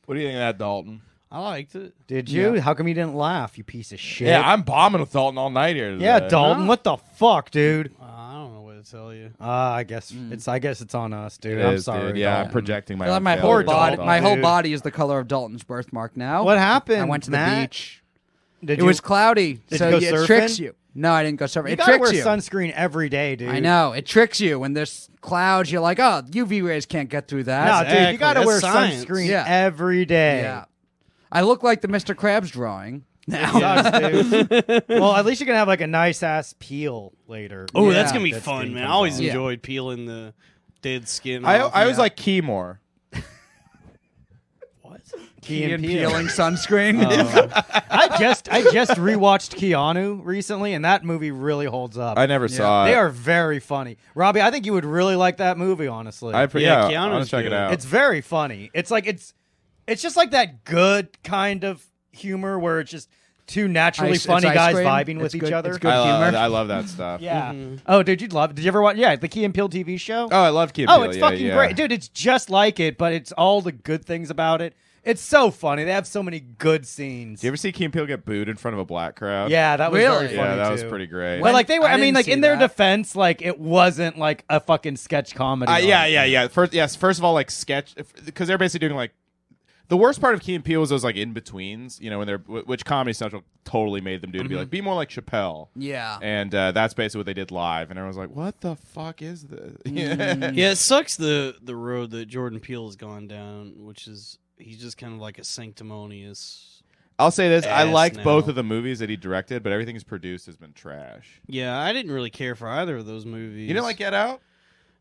Speaker 3: what do you think of that, Dalton?
Speaker 4: I liked it.
Speaker 2: Did you? How come you didn't laugh, you piece of shit?
Speaker 3: Yeah, I'm bombing with Dalton all night here.
Speaker 2: Yeah,
Speaker 3: today.
Speaker 2: Dalton, what the fuck, dude?
Speaker 4: Uh, I don't know what to tell you.
Speaker 2: Uh, I guess
Speaker 1: Hmm.
Speaker 2: it's I guess it's on us, dude.
Speaker 3: It
Speaker 2: I'm
Speaker 3: is,
Speaker 2: sorry.
Speaker 3: dude. Yeah, I'm
Speaker 2: Dalton.
Speaker 3: projecting my.
Speaker 1: Like,
Speaker 3: own
Speaker 1: my
Speaker 3: failure
Speaker 1: whole
Speaker 2: Poor
Speaker 3: on
Speaker 1: body,
Speaker 3: Dalton.
Speaker 1: my whole
Speaker 2: dude.
Speaker 1: body is the color of Dalton's birthmark now.
Speaker 2: What happened?
Speaker 1: I went to the
Speaker 2: Matt?
Speaker 1: beach.
Speaker 2: Did
Speaker 1: it was cloudy,
Speaker 2: Did
Speaker 1: so
Speaker 2: you go
Speaker 1: yeah, it tricks
Speaker 2: surfing?
Speaker 1: you. No, I didn't go surfing.
Speaker 2: You
Speaker 1: it
Speaker 2: gotta
Speaker 1: tricks
Speaker 2: wear
Speaker 1: you.
Speaker 2: sunscreen every day, dude.
Speaker 1: I know it tricks you when there's clouds. You're like, oh, UV rays can't get through that.
Speaker 2: No, dude, you
Speaker 4: Exactly.
Speaker 2: gotta
Speaker 4: That's
Speaker 2: wear
Speaker 4: science.
Speaker 2: sunscreen
Speaker 1: Yeah.
Speaker 2: every day.
Speaker 1: yeah. I look like the Mr. Krabs drawing.
Speaker 2: Sucks, dude. well, at least you can have like a nice ass peel later.
Speaker 4: Oh,
Speaker 1: Yeah,
Speaker 4: that's gonna be
Speaker 2: that's
Speaker 4: fun,
Speaker 2: being
Speaker 4: man. I always
Speaker 1: combined. Yeah.
Speaker 4: enjoyed peeling the dead skin.
Speaker 3: I,
Speaker 4: off.
Speaker 3: I was like Keymore.
Speaker 2: Key
Speaker 1: Ian
Speaker 2: and Peele.
Speaker 1: peeling sunscreen.
Speaker 2: Oh. I just I just rewatched Keanu recently, and that movie really holds up.
Speaker 3: I never saw it.
Speaker 2: They are very funny, Robbie. I think you would really like that movie, honestly.
Speaker 3: I pre-
Speaker 4: Yeah,
Speaker 3: yeah,
Speaker 4: Keanu's
Speaker 3: I want to check
Speaker 4: good.
Speaker 3: it out.
Speaker 2: It's very funny. It's like it's it's just like that good kind of humor where it's just two naturally
Speaker 1: Ice- it's
Speaker 2: funny
Speaker 1: ice
Speaker 2: guys
Speaker 1: cream.
Speaker 2: vibing with
Speaker 1: It's
Speaker 2: each
Speaker 1: good-
Speaker 2: other.
Speaker 1: it's good.
Speaker 3: I love,
Speaker 1: humor. Mm-hmm.
Speaker 3: I love that stuff.
Speaker 2: Yeah. Oh, dude, you'd love. Did you ever watch? Yeah, the Key and Peele TV show.
Speaker 3: Oh, I love Key. and
Speaker 2: Oh,
Speaker 3: Peele.
Speaker 2: it's
Speaker 3: Yeah,
Speaker 2: fucking
Speaker 3: yeah.
Speaker 2: great, dude. It's just like it, but it's all the good things about it. It's so funny. They have so many good scenes.
Speaker 3: Do you ever see Key and Peele get booed in front of a black crowd?
Speaker 2: yeah, that was
Speaker 1: Really?
Speaker 2: very
Speaker 3: yeah,
Speaker 2: funny
Speaker 3: that was
Speaker 2: too.
Speaker 3: pretty great.
Speaker 2: But like they were,
Speaker 1: I
Speaker 2: I, mean,
Speaker 1: didn't
Speaker 2: like
Speaker 1: see
Speaker 2: in their
Speaker 1: that.
Speaker 2: defense, like it wasn't like a fucking sketch comedy.
Speaker 3: Uh,
Speaker 2: on
Speaker 3: yeah,
Speaker 2: it.
Speaker 3: yeah, yeah. First, yes. First of all, like sketch, because they're basically doing like the worst part of Key and Peele was those like in betweens. You know, when they're wh- which Comedy Central totally made them do to be like be more like Chappelle.
Speaker 1: Yeah.
Speaker 3: and uh, that's basically what they did live, and everyone's like, "What the fuck is this?"
Speaker 4: yeah, it sucks the the road that Jordan Peele has gone down, which is he's just kind of like a sanctimonious.
Speaker 3: I'll say this: I
Speaker 4: Ass
Speaker 3: liked
Speaker 4: now.
Speaker 3: both of the movies that he directed, but everything he's produced has been trash.
Speaker 4: Yeah, I didn't really care for either of those movies.
Speaker 3: You didn't like Get Out?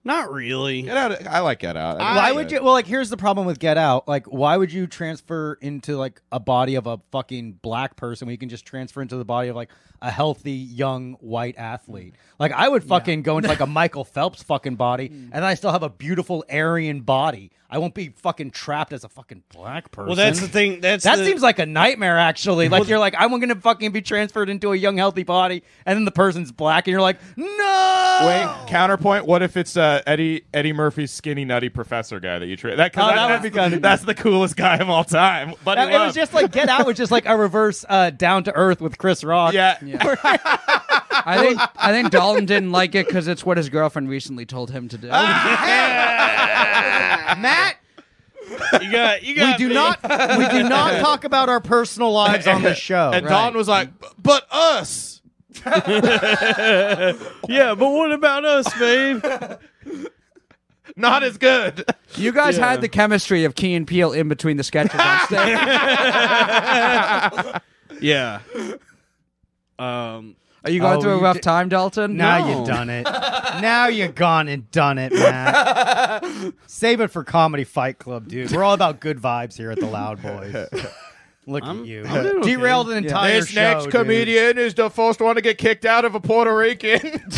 Speaker 4: Not really.
Speaker 3: Get Out. I like Get Out.
Speaker 2: Why would you? Well, like here's the problem with Get Out. Like, why would you transfer into like a body of a fucking black person when you can just transfer into the body of like a healthy young white athlete? Like, I would fucking go into like a Michael Phelps fucking body, and I still have a beautiful Aryan body. I won't be fucking trapped as a fucking black person.
Speaker 4: Well, that's the thing. That's
Speaker 2: That
Speaker 4: the-
Speaker 2: seems like a nightmare, actually. Like you're like, I'm gonna fucking be transferred into a young, healthy body, and then the person's black, and you're like, no.
Speaker 3: Wait, counterpoint. What if it's uh, Eddie Eddie Murphy's skinny nutty professor guy that you tra- that, 'cause
Speaker 2: Oh,
Speaker 3: that,
Speaker 2: that
Speaker 3: that'd
Speaker 2: was
Speaker 3: be- that's the coolest guy of all time. Buddy
Speaker 2: That- it was
Speaker 3: Love.
Speaker 2: just like Get Out was just like a reverse uh, Down to Earth with Chris Rock.
Speaker 3: yeah.
Speaker 1: I think I think Dalton didn't like it because it's what his girlfriend recently told him to do.
Speaker 2: Ah! Matt,
Speaker 4: you got. You
Speaker 2: we
Speaker 4: got.
Speaker 2: do
Speaker 4: me.
Speaker 2: not we do not talk about our personal lives on the show.
Speaker 3: And
Speaker 1: Right.
Speaker 3: Don was like, "B- "But us."
Speaker 4: Yeah, but what about us, babe?
Speaker 3: Not as good.
Speaker 1: You guys
Speaker 4: Yeah.
Speaker 1: had the chemistry of Key and Peele in between the sketches on stage.
Speaker 4: yeah. Um.
Speaker 1: Are you going
Speaker 2: Oh,
Speaker 1: through a
Speaker 2: you
Speaker 1: rough
Speaker 2: did-
Speaker 1: time, Dalton?
Speaker 2: now
Speaker 4: No.
Speaker 2: you've done it. Now you've gone and done it, Matt. Save it for Comedy Fight Club, dude. We're all about good vibes here at the Loud Boys. Look at you.
Speaker 4: I'm doing okay.
Speaker 2: Derailed an entire
Speaker 3: This
Speaker 2: show,
Speaker 3: next
Speaker 2: dude.
Speaker 3: comedian is the first one to get kicked out of a Puerto Rican.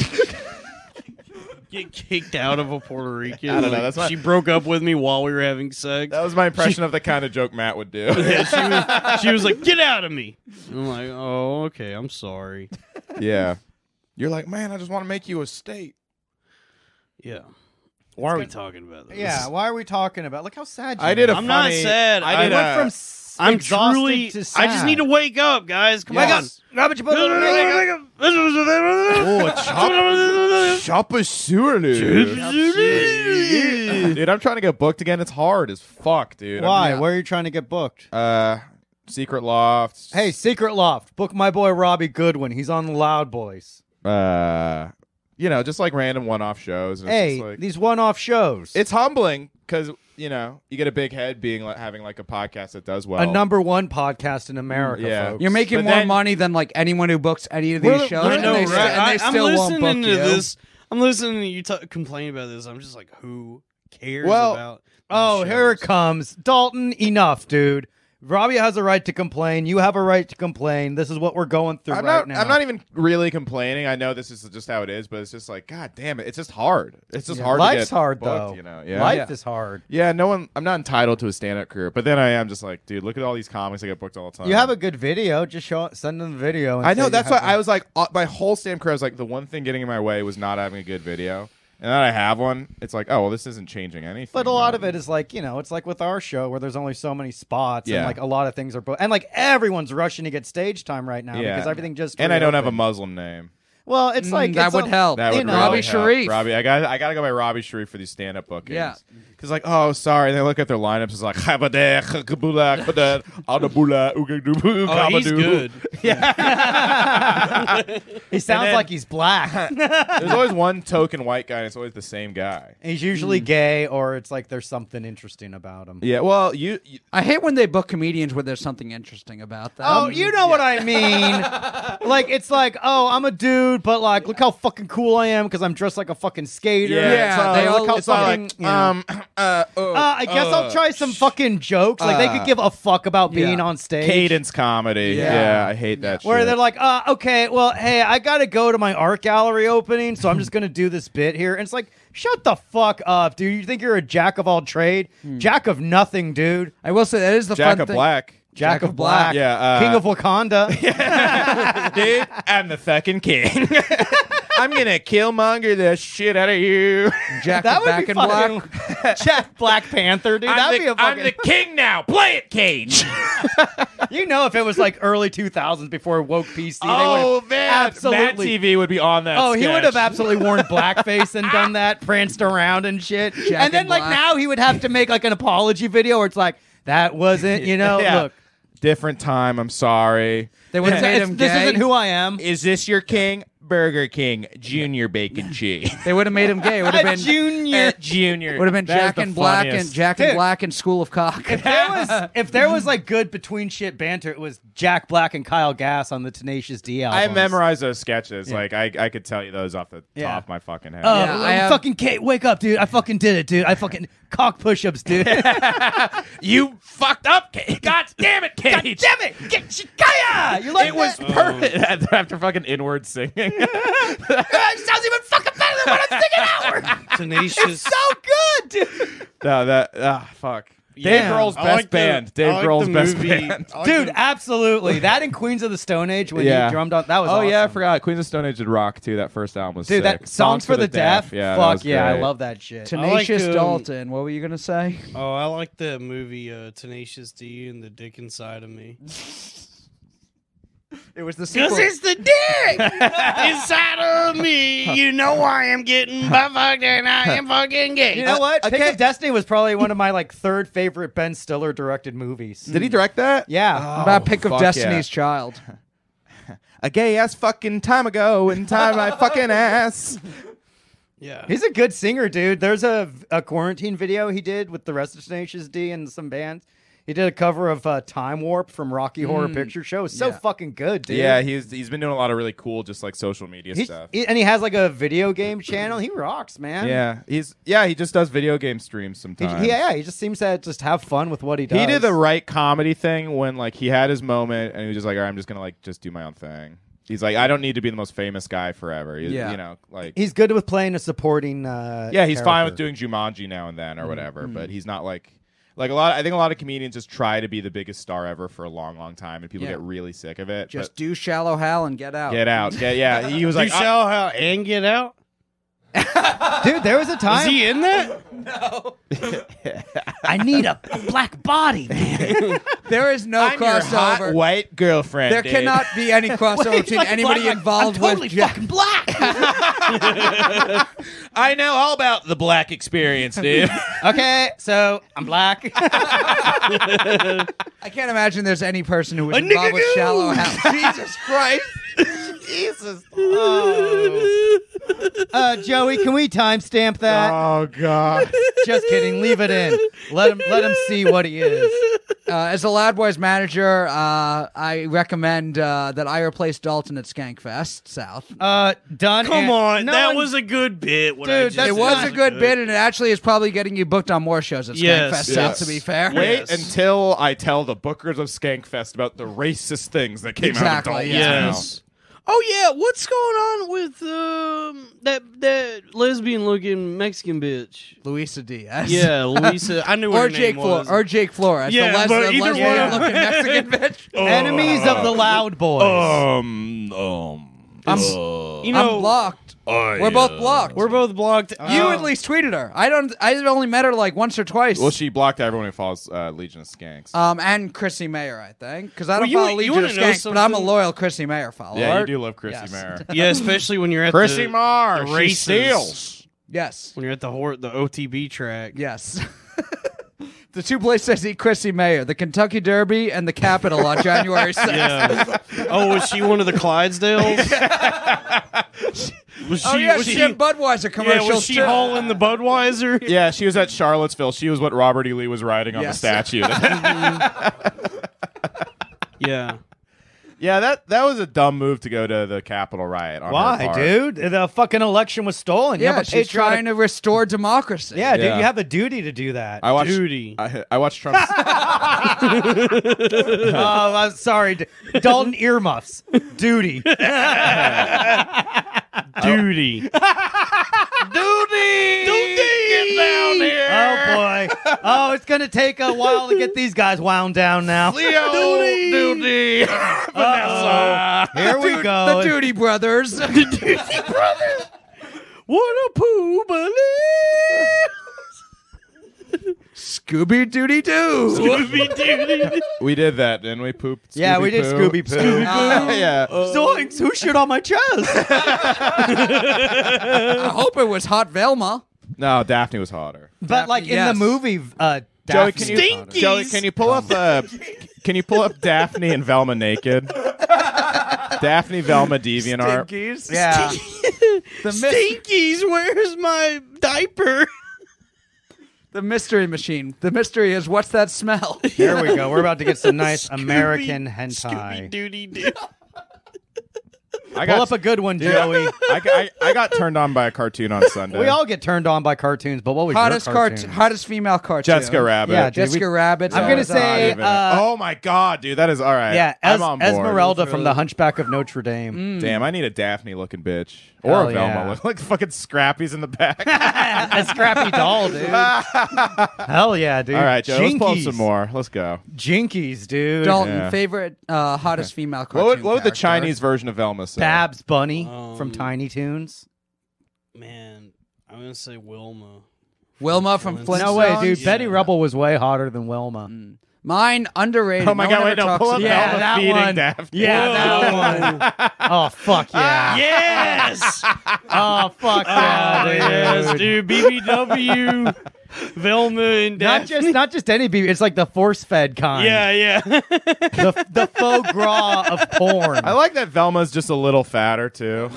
Speaker 4: Get kicked out of a Puerto Rican.
Speaker 3: I don't know,
Speaker 4: Like,
Speaker 3: that's not-
Speaker 4: she broke up with me while we were having sex.
Speaker 3: that was my impression of the kind of joke Matt would do.
Speaker 4: Yeah, she was, she was like, "Get out of me!" I'm like, "Oh, okay. I'm sorry."
Speaker 3: yeah. You're like, man, I just want to make you a state.
Speaker 4: Yeah. Why are we talking about this?
Speaker 2: Yeah, why are we talking about? Look how sad you
Speaker 3: I did a
Speaker 2: are.
Speaker 4: I'm not
Speaker 3: funny-
Speaker 4: sad.
Speaker 3: I
Speaker 4: I
Speaker 3: did
Speaker 2: I went
Speaker 3: a-
Speaker 2: from s-
Speaker 4: I'm
Speaker 2: exhausted
Speaker 4: truly.
Speaker 2: to
Speaker 4: I just
Speaker 2: sad.
Speaker 4: need to wake up, guys. Come
Speaker 2: Wake
Speaker 4: on.
Speaker 2: up. Robert, you put on-
Speaker 3: Oh, Chopper sewer, dude, I'm trying to get booked again. It's hard as fuck, dude. I'm-
Speaker 2: Why? Where are you trying to get booked?
Speaker 3: uh, Secret Loft.
Speaker 2: Hey, Secret Loft, book my boy Robbie Goodwin. He's on the Loud Boys.
Speaker 3: Uh, you know, just like random one-off shows. And it's
Speaker 2: Hey,
Speaker 3: just like,
Speaker 2: these one-off shows.
Speaker 3: it's humbling because you know you get a big head being like having like a podcast that does well. Mm,
Speaker 2: a number one podcast in America,
Speaker 3: Yeah.
Speaker 2: folks.
Speaker 1: You're making
Speaker 3: But
Speaker 1: more
Speaker 3: then-
Speaker 1: money than like anyone who books any of these
Speaker 2: We're the-
Speaker 4: Oh,
Speaker 1: shows,
Speaker 2: we're
Speaker 1: and,
Speaker 2: the-
Speaker 1: they
Speaker 2: right.
Speaker 1: st- and they
Speaker 4: I, am
Speaker 1: still won't
Speaker 4: listening
Speaker 1: book
Speaker 4: to
Speaker 1: you.
Speaker 4: this. I'm listening to you t- complain about this. I'm just like, who cares
Speaker 3: Well-
Speaker 4: about? these
Speaker 2: Oh, here it
Speaker 4: shows?
Speaker 2: comes. Dalton, enough, dude. Robbie has a right to complain. You have a right to complain. This is what we're going through
Speaker 3: I'm
Speaker 2: right
Speaker 3: not.
Speaker 2: now.
Speaker 3: I'm not even really complaining. I know this is just how it is, but it's just like, god damn it, it's just hard. It's just hard. to
Speaker 2: Life's
Speaker 3: get
Speaker 2: hard,
Speaker 3: booked,
Speaker 2: though.
Speaker 3: You know, yeah.
Speaker 2: Life
Speaker 1: Yeah.
Speaker 2: is hard.
Speaker 3: Yeah, no one. I'm not entitled to a stand-up career, but then I am just like, dude, look at all these comics I get booked all the time.
Speaker 2: You have a good video. Just show, send them the video. and
Speaker 3: I
Speaker 2: say
Speaker 3: know.
Speaker 2: you
Speaker 3: That's why
Speaker 2: have
Speaker 3: I was like, uh, my whole stand-up career I was like, the one thing getting in my way was not having a good video, and then I have one. It's like, oh well, this isn't changing anything.
Speaker 2: But a lot
Speaker 3: Um,
Speaker 2: of it is like you know, it's like with our show where there's only so many spots, and
Speaker 3: Yeah.
Speaker 2: like a lot of things are, bo- and like everyone's rushing to get stage time right now
Speaker 3: Yeah.
Speaker 2: because everything just.
Speaker 3: And I don't have a
Speaker 2: reopened.
Speaker 3: Muslim name.
Speaker 2: Well, it's like
Speaker 1: Mm, that
Speaker 2: it's
Speaker 1: would
Speaker 2: a-
Speaker 1: help.
Speaker 3: That
Speaker 2: you
Speaker 3: would
Speaker 2: know.
Speaker 3: really
Speaker 1: Robbie
Speaker 3: help.
Speaker 1: Sharif.
Speaker 3: Robbie, I got I got to go by Robbie Sharif for these stand up bookings.
Speaker 1: Yeah.
Speaker 3: Because like, oh, sorry, and they look at their lineups. It's like, "Habadeh, hakabula, kabadeh, adabula, ugadubu,
Speaker 4: Oh, he's
Speaker 3: kabadu."
Speaker 4: good.
Speaker 2: He sounds
Speaker 3: then-
Speaker 2: like he's black.
Speaker 3: There's always one token white guy. and It's always the same guy.
Speaker 2: he's usually gay, or it's like there's something interesting about him.
Speaker 3: Mm. Yeah. Well, you. you
Speaker 1: I hate when they book comedians where there's something interesting about them.
Speaker 2: Oh, you know what I mean. like it's like, oh, I'm a dude, but like, look how fucking cool I am because I'm dressed like a fucking skater.
Speaker 3: yeah.
Speaker 1: Yeah,
Speaker 3: it's all-
Speaker 1: they
Speaker 3: look
Speaker 1: all-
Speaker 3: how
Speaker 1: it's all
Speaker 3: fucking,
Speaker 2: like, you know.
Speaker 3: um. Uh, oh,
Speaker 2: Uh, I guess I'll
Speaker 3: uh,
Speaker 2: try some fucking jokes. Like they could give a fuck about being
Speaker 1: uh, yeah.
Speaker 2: on stage.
Speaker 3: cadence comedy. Yeah,
Speaker 1: Yeah.
Speaker 3: I hate that.
Speaker 2: Where
Speaker 3: shit.
Speaker 2: they're like, uh, okay, well, hey, I gotta go to my art gallery opening, so I'm just gonna do this bit here. And it's like, shut the fuck up, dude. You think you're a jack of all trade?
Speaker 1: Hmm.
Speaker 2: Jack of nothing, dude.
Speaker 1: I will say that is the
Speaker 3: Jack
Speaker 1: fun
Speaker 3: of
Speaker 1: thing.
Speaker 3: Black.
Speaker 2: Jack,
Speaker 1: Jack
Speaker 2: of
Speaker 1: of
Speaker 2: black.
Speaker 1: Black.
Speaker 3: Yeah, uh,
Speaker 2: King of Wakanda.
Speaker 3: dude, I'm the fucking king. I'm gonna killmonger the shit out of you.
Speaker 1: Jack
Speaker 2: that
Speaker 1: of
Speaker 2: would
Speaker 1: Back
Speaker 2: be
Speaker 1: and Black.
Speaker 2: fucking Jack Black Panther, dude. That'd be a fucking.
Speaker 3: king now. Play it, Cage.
Speaker 2: You know, if it was like early 2000s before woke PC, they
Speaker 3: oh
Speaker 2: would have
Speaker 3: man, Mad
Speaker 2: absolutely.
Speaker 3: TV would be on that.
Speaker 2: Oh, he
Speaker 3: sketch.
Speaker 2: would have absolutely worn blackface and done that, pranced around and shit. and then,
Speaker 1: in
Speaker 2: like
Speaker 1: black.
Speaker 2: now, he would have to make like an apology video where it's like, "That wasn't," you know.
Speaker 3: Yeah.
Speaker 2: Look,
Speaker 3: Different time. I'm sorry.
Speaker 1: They would have made
Speaker 2: it's-
Speaker 1: him
Speaker 2: this
Speaker 1: gay.
Speaker 2: isn't who I am.
Speaker 3: Is this your king? Burger King Junior Bacon Cheese.
Speaker 1: They would have made him gay. Would have
Speaker 2: A
Speaker 1: been
Speaker 2: junior.
Speaker 3: Junior
Speaker 1: would have been Jack and Black and Jack
Speaker 2: Dude.
Speaker 1: and Black and School of Cock.
Speaker 2: If there was if there was like good between shit banter, it was Jack Black and Kyle Gass on the Tenacious D album.
Speaker 3: I memorized those sketches. Like I, I could tell you those off the
Speaker 2: Yeah.
Speaker 3: top of my fucking head.
Speaker 2: Oh,
Speaker 1: Yeah, I have-
Speaker 2: fucking Kate, wake up, dude! I fucking did it, dude! I fucking cock push-ups, dude.
Speaker 3: you fucked up, Cage. God damn it, Cage. Oh. God damn it. Get Shikaya.
Speaker 2: You like
Speaker 3: it was
Speaker 2: that?
Speaker 3: perfect after fucking inward singing.
Speaker 2: sounds even fucking better than what I'm singing outward.
Speaker 4: Tenacious.
Speaker 2: so good, dude.
Speaker 3: no, that ah fuck. Dave Grohl's
Speaker 4: I
Speaker 3: best
Speaker 4: like the-
Speaker 3: band. Dave
Speaker 4: I like
Speaker 3: Grohl's
Speaker 4: the
Speaker 3: best
Speaker 4: movie.
Speaker 3: band.
Speaker 4: I like
Speaker 2: Dude,
Speaker 4: the-
Speaker 2: absolutely. That and Queens of the Stone Age when
Speaker 3: Yeah.
Speaker 2: you drummed on that was
Speaker 3: oh yeah, I
Speaker 2: awesome.
Speaker 3: forgot. Queens of Stone Age did rock too. That first album was
Speaker 2: Dude,
Speaker 3: sick.
Speaker 2: that Songs for the Deaf.
Speaker 3: Yeah, that
Speaker 2: Fuck
Speaker 3: was
Speaker 2: yeah, I
Speaker 3: great.
Speaker 2: love that shit.
Speaker 1: Tenacious
Speaker 4: um,
Speaker 1: Dalton. What were you gonna say?
Speaker 4: Oh, I like the movie uh, Tenacious D and the dick inside of me.
Speaker 1: It was the
Speaker 4: Cause
Speaker 1: sequel.
Speaker 4: it's the dick inside of me. You know I am getting butt fucked and I am fucking gay.
Speaker 2: You know what?
Speaker 3: okay.
Speaker 2: Pick of Destiny was probably one of my like third favorite Ben Stiller directed movies.
Speaker 3: Did he direct that?
Speaker 2: yeah.
Speaker 1: about pick
Speaker 3: fuck
Speaker 1: of
Speaker 3: yeah.
Speaker 1: Destiny's Child.
Speaker 3: A gay ass fucking time ago in time my fucking ass.
Speaker 4: yeah.
Speaker 2: He's a good singer, dude. There's a, a quarantine video he did with the rest of Tenacious D and some bands. He did a cover of uh, Time Warp from Rocky
Speaker 3: Mm.
Speaker 2: Horror Picture Show. It's so
Speaker 1: yeah.
Speaker 2: fucking good, dude.
Speaker 3: Yeah, he's he's been doing a lot of really cool just like social media
Speaker 2: He's-
Speaker 3: stuff.
Speaker 2: he- and he has like a video game channel. He rocks, man.
Speaker 3: yeah, he's yeah, he just does video game streams
Speaker 2: He,
Speaker 3: sometimes.
Speaker 2: he, yeah, he just seems to just have fun with what he does.
Speaker 3: He did the right comedy thing when like he had his moment and he was just like, "All right, I'm just gonna like just do my own thing." He's like, "I don't need to be the most famous guy forever." He-
Speaker 1: Yeah.
Speaker 3: you know, like
Speaker 2: He's good with playing a supporting. Uh,
Speaker 3: yeah, he's fine with
Speaker 2: character.
Speaker 3: doing Jumanji now and then or whatever, but he's not like like a lot. I think a lot of comedians just try to be the biggest star ever for a long, long time, and people
Speaker 1: Yeah.
Speaker 3: get really sick of it.
Speaker 1: Just do shallow hell and get out.
Speaker 3: but get out, get yeah. He was
Speaker 4: you
Speaker 3: like, "I-
Speaker 4: sell how and get out.
Speaker 2: Dude, there was a
Speaker 4: Is
Speaker 2: time
Speaker 4: he in that?
Speaker 2: I need a, a black body, man.
Speaker 1: There is no
Speaker 3: I'm your hot
Speaker 1: crossover.
Speaker 3: white girlfriend."
Speaker 1: There
Speaker 3: dude.
Speaker 1: cannot be any crossover between anybody involved with Jack.
Speaker 2: black.
Speaker 3: I know all about the black experience, dude.
Speaker 2: okay, so I'm black.
Speaker 1: I can't imagine there's any person who was
Speaker 4: A
Speaker 1: involved with
Speaker 4: nigga-goo!
Speaker 1: shallow hell. Jesus Christ!
Speaker 2: Jesus. oh. Uh, Joey, can we timestamp that?
Speaker 3: oh god.
Speaker 2: Just kidding. Leave it in. Let him let him see what he is.
Speaker 1: Uh, as a Loud Boys manager, uh, I recommend uh, that I replace Dalton at Skankfest South.
Speaker 2: Uh, done.
Speaker 4: Come
Speaker 2: and-
Speaker 4: on,
Speaker 2: No
Speaker 4: that
Speaker 2: one-
Speaker 4: was a good bit. What I
Speaker 2: Dude,
Speaker 4: just
Speaker 2: that's
Speaker 1: it
Speaker 4: said.
Speaker 1: was
Speaker 2: not
Speaker 1: a good bid, and it actually is probably getting you booked on more shows at Skankfest
Speaker 4: Yes,
Speaker 1: South.
Speaker 3: yes.
Speaker 1: To be fair,
Speaker 3: Wait
Speaker 4: Yes.
Speaker 3: until I tell the bookers of Skankfest about the racist things that came
Speaker 1: Exactly,
Speaker 3: out of Dalton's
Speaker 1: yeah.
Speaker 3: mouth.
Speaker 4: Yes. Oh yeah, what's going on with um that that lesbian looking Mexican bitch?
Speaker 1: Luisa Diaz.
Speaker 4: Yeah, Lisa. I knew what
Speaker 1: Or
Speaker 4: her
Speaker 1: Jake,
Speaker 4: name
Speaker 1: Flores.
Speaker 4: was.
Speaker 1: or Jake Flores.
Speaker 4: Yeah,
Speaker 1: the les-
Speaker 4: but
Speaker 1: the
Speaker 4: either
Speaker 1: lesbian
Speaker 4: one-
Speaker 1: looking
Speaker 4: Oh,
Speaker 1: Mexican bitch.
Speaker 3: Oh.
Speaker 2: Enemies of the Loud Boys.
Speaker 3: Um, um.
Speaker 1: I'm,
Speaker 4: You know,
Speaker 1: I'm blocked. we're both blocked.
Speaker 4: oh. we're both blocked.
Speaker 1: you
Speaker 4: Oh.
Speaker 1: at least tweeted her. I don't. I only met her like once or twice.
Speaker 3: Well, she blocked everyone who follows uh, Legion of Skanks.
Speaker 2: Oh,
Speaker 1: um, and Chrissy Mayer, I think, because I don't
Speaker 4: Well, you-
Speaker 1: follow
Speaker 4: you
Speaker 1: Legion
Speaker 4: wanna
Speaker 1: of
Speaker 4: know
Speaker 1: Skanks, but I'm a
Speaker 4: something?
Speaker 1: loyal Chrissy Mayer follower.
Speaker 3: yeah, you do love Chrissy
Speaker 1: yes.
Speaker 3: Mayer.
Speaker 4: Yeah, especially when you're at
Speaker 3: Chrissy
Speaker 4: the,
Speaker 3: Mayer,
Speaker 4: the
Speaker 3: she
Speaker 4: races.
Speaker 3: steals.
Speaker 1: Yes.
Speaker 4: When you're at the hor- the OTB track.
Speaker 1: Yes. the two places I see Chrissy Mayer, the Kentucky Derby and the Capitol on January 6th.
Speaker 4: Yeah. oh, was she one of the Clydesdales? was she?
Speaker 1: Oh, yeah,
Speaker 4: was
Speaker 1: she, had Budweiser
Speaker 4: yeah,
Speaker 1: commercials
Speaker 4: was she
Speaker 1: too.
Speaker 4: hauling the Budweiser?
Speaker 3: Yeah, she was at Charlottesville. She was what Robert E. Lee was riding on
Speaker 1: Yes.
Speaker 3: the statue.
Speaker 4: Yeah.
Speaker 3: yeah, that that was a dumb move to go to the Capitol riot. On her
Speaker 2: Why,
Speaker 3: part.
Speaker 2: dude? The fucking election was stolen. you
Speaker 1: yeah,
Speaker 2: have a
Speaker 1: she's
Speaker 2: patriotic-
Speaker 1: trying to restore democracy.
Speaker 2: Yeah, dude,
Speaker 3: Yeah.
Speaker 2: you have a duty to do that.
Speaker 3: I watched.
Speaker 4: Duty.
Speaker 3: I, I watched Trump.
Speaker 2: Oh, I'm sorry, D- Dalton earmuffs. Duty.
Speaker 4: Duty. Duty. Duty.
Speaker 3: down here.
Speaker 2: Oh boy. Oh, it's gonna take a while to get these guys wound down now.
Speaker 3: Leo Duty. Vanessa.
Speaker 2: Here we go.
Speaker 1: The Duty Brothers.
Speaker 4: What a poo
Speaker 1: Scooby Duty Doo.
Speaker 4: Scooby Duty.
Speaker 3: We did that, didn't we? Pooped.
Speaker 2: Yeah, we did
Speaker 3: Scooby-Poo.
Speaker 2: Scooby Oh, Poo.
Speaker 3: yeah.
Speaker 2: Zoinks, who shit on my chest?
Speaker 1: I hope it was Hot Velma.
Speaker 3: No, Daphne was hotter.
Speaker 2: but like in
Speaker 1: Yes.
Speaker 2: the movie, uh,
Speaker 3: Joey,
Speaker 2: Daphne-
Speaker 3: can you, Joey, can you pull up uh, can you pull up Daphne and Velma naked? Daphne Velma DeviantArt.
Speaker 1: Stinkies.
Speaker 2: yeah,
Speaker 1: The, mys-
Speaker 4: Stinkies, where's my diaper?
Speaker 1: the mystery machine. The mystery is what's that smell?
Speaker 2: here we go. We're about to get some nice American hentai.
Speaker 4: Scooby Duty Doo.
Speaker 3: I
Speaker 2: Pull
Speaker 3: got
Speaker 2: up a good one, Joey.
Speaker 3: I, got- I, I got turned on by a cartoon on Sunday.
Speaker 2: We all get turned on by cartoons, but what was
Speaker 1: hottest
Speaker 2: your
Speaker 1: cart-
Speaker 2: cartoon?
Speaker 1: hottest female cartoon.
Speaker 3: Jessica Rabbit.
Speaker 2: Yeah, dude,
Speaker 1: Jessica
Speaker 2: we-
Speaker 1: Rabbit.
Speaker 2: I'm
Speaker 1: uh,
Speaker 2: gonna
Speaker 1: was
Speaker 2: say-
Speaker 1: on.
Speaker 3: Wait a minute.
Speaker 2: uh,
Speaker 3: oh my god, dude, that is all right.
Speaker 2: Yeah,
Speaker 3: I'm
Speaker 2: Es-
Speaker 3: on board.
Speaker 2: Esmeralda from The Hunchback of Notre Dame.
Speaker 3: Damn, I need a Daphne looking bitch or
Speaker 2: Hell
Speaker 3: a Velma
Speaker 2: yeah.
Speaker 3: look like fucking Scrappies in the back.
Speaker 2: a scrappy doll, dude. Hell yeah, dude.
Speaker 3: all right, Joe, let's pull up
Speaker 2: Jinkies.
Speaker 3: some more. Let's go.
Speaker 2: Jinkies, dude.
Speaker 1: Dalton,
Speaker 3: Yeah.
Speaker 1: favorite uh, hottest female cartoon.
Speaker 3: What would, what would the
Speaker 1: character?
Speaker 3: Chinese version of Velma say?
Speaker 2: Babs Bunny
Speaker 4: Um,
Speaker 2: from Tiny Toons.
Speaker 4: Man, I'm gonna say Wilma.
Speaker 1: Wilma from
Speaker 4: No
Speaker 1: Flintstones?
Speaker 2: No way, dude.
Speaker 4: Yeah. Mm.
Speaker 2: Betty Rubble was way hotter than Wilma.
Speaker 1: Mine underrated.
Speaker 3: Oh my
Speaker 1: No
Speaker 3: god,
Speaker 1: one
Speaker 3: wait,
Speaker 1: ever
Speaker 3: no,
Speaker 1: talks
Speaker 3: pull up
Speaker 1: about
Speaker 2: Yeah,
Speaker 3: Velma
Speaker 2: that
Speaker 3: feeding
Speaker 2: one.
Speaker 3: Daphne.
Speaker 2: Yeah, that one. Oh fuck yeah.
Speaker 4: Yes,
Speaker 2: Oh fuck yeah, dude.
Speaker 4: yes, dude. BBW, Velma and
Speaker 2: Not
Speaker 4: Daphne.
Speaker 2: just not just any BB. It's like the force fed kind.
Speaker 4: yeah, yeah.
Speaker 2: The the faux gras of porn.
Speaker 3: I like that Velma's just a little fatter too.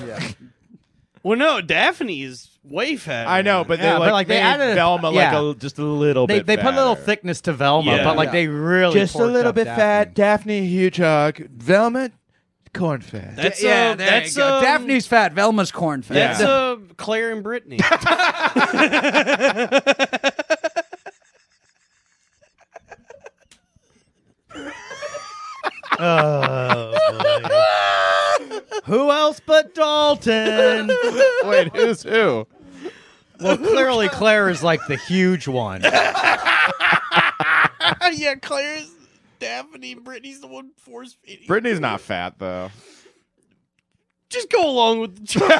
Speaker 4: well, no, Daphne is way fat.
Speaker 3: I know, but they
Speaker 2: Yeah, but,
Speaker 3: like,
Speaker 2: like, they
Speaker 3: made
Speaker 2: added a-
Speaker 3: Velma
Speaker 2: yeah.
Speaker 3: like a, just a little
Speaker 2: they
Speaker 3: bit.
Speaker 2: they put a little
Speaker 3: fatter.
Speaker 2: thickness to Velma,
Speaker 4: Yeah.
Speaker 2: but like
Speaker 1: Yeah.
Speaker 2: they really porked up Daphne.
Speaker 3: Daphne huge hug. Velma corn fat.
Speaker 4: That's
Speaker 1: yeah,
Speaker 4: uh,
Speaker 1: there
Speaker 4: that's
Speaker 1: you go.
Speaker 4: um,
Speaker 1: Daphne's fat. Velma's corn fat.
Speaker 4: That's
Speaker 3: Yeah.
Speaker 4: uh, Claire and Brittany.
Speaker 2: Oh, Who else but Dalton?
Speaker 3: Wait, who's who?
Speaker 2: well, clearly Claire is like the huge one.
Speaker 4: yeah, Claire's Daphne. Brittany's the one force feeding.
Speaker 3: Brittany's not fat though.
Speaker 4: just go along with the joke.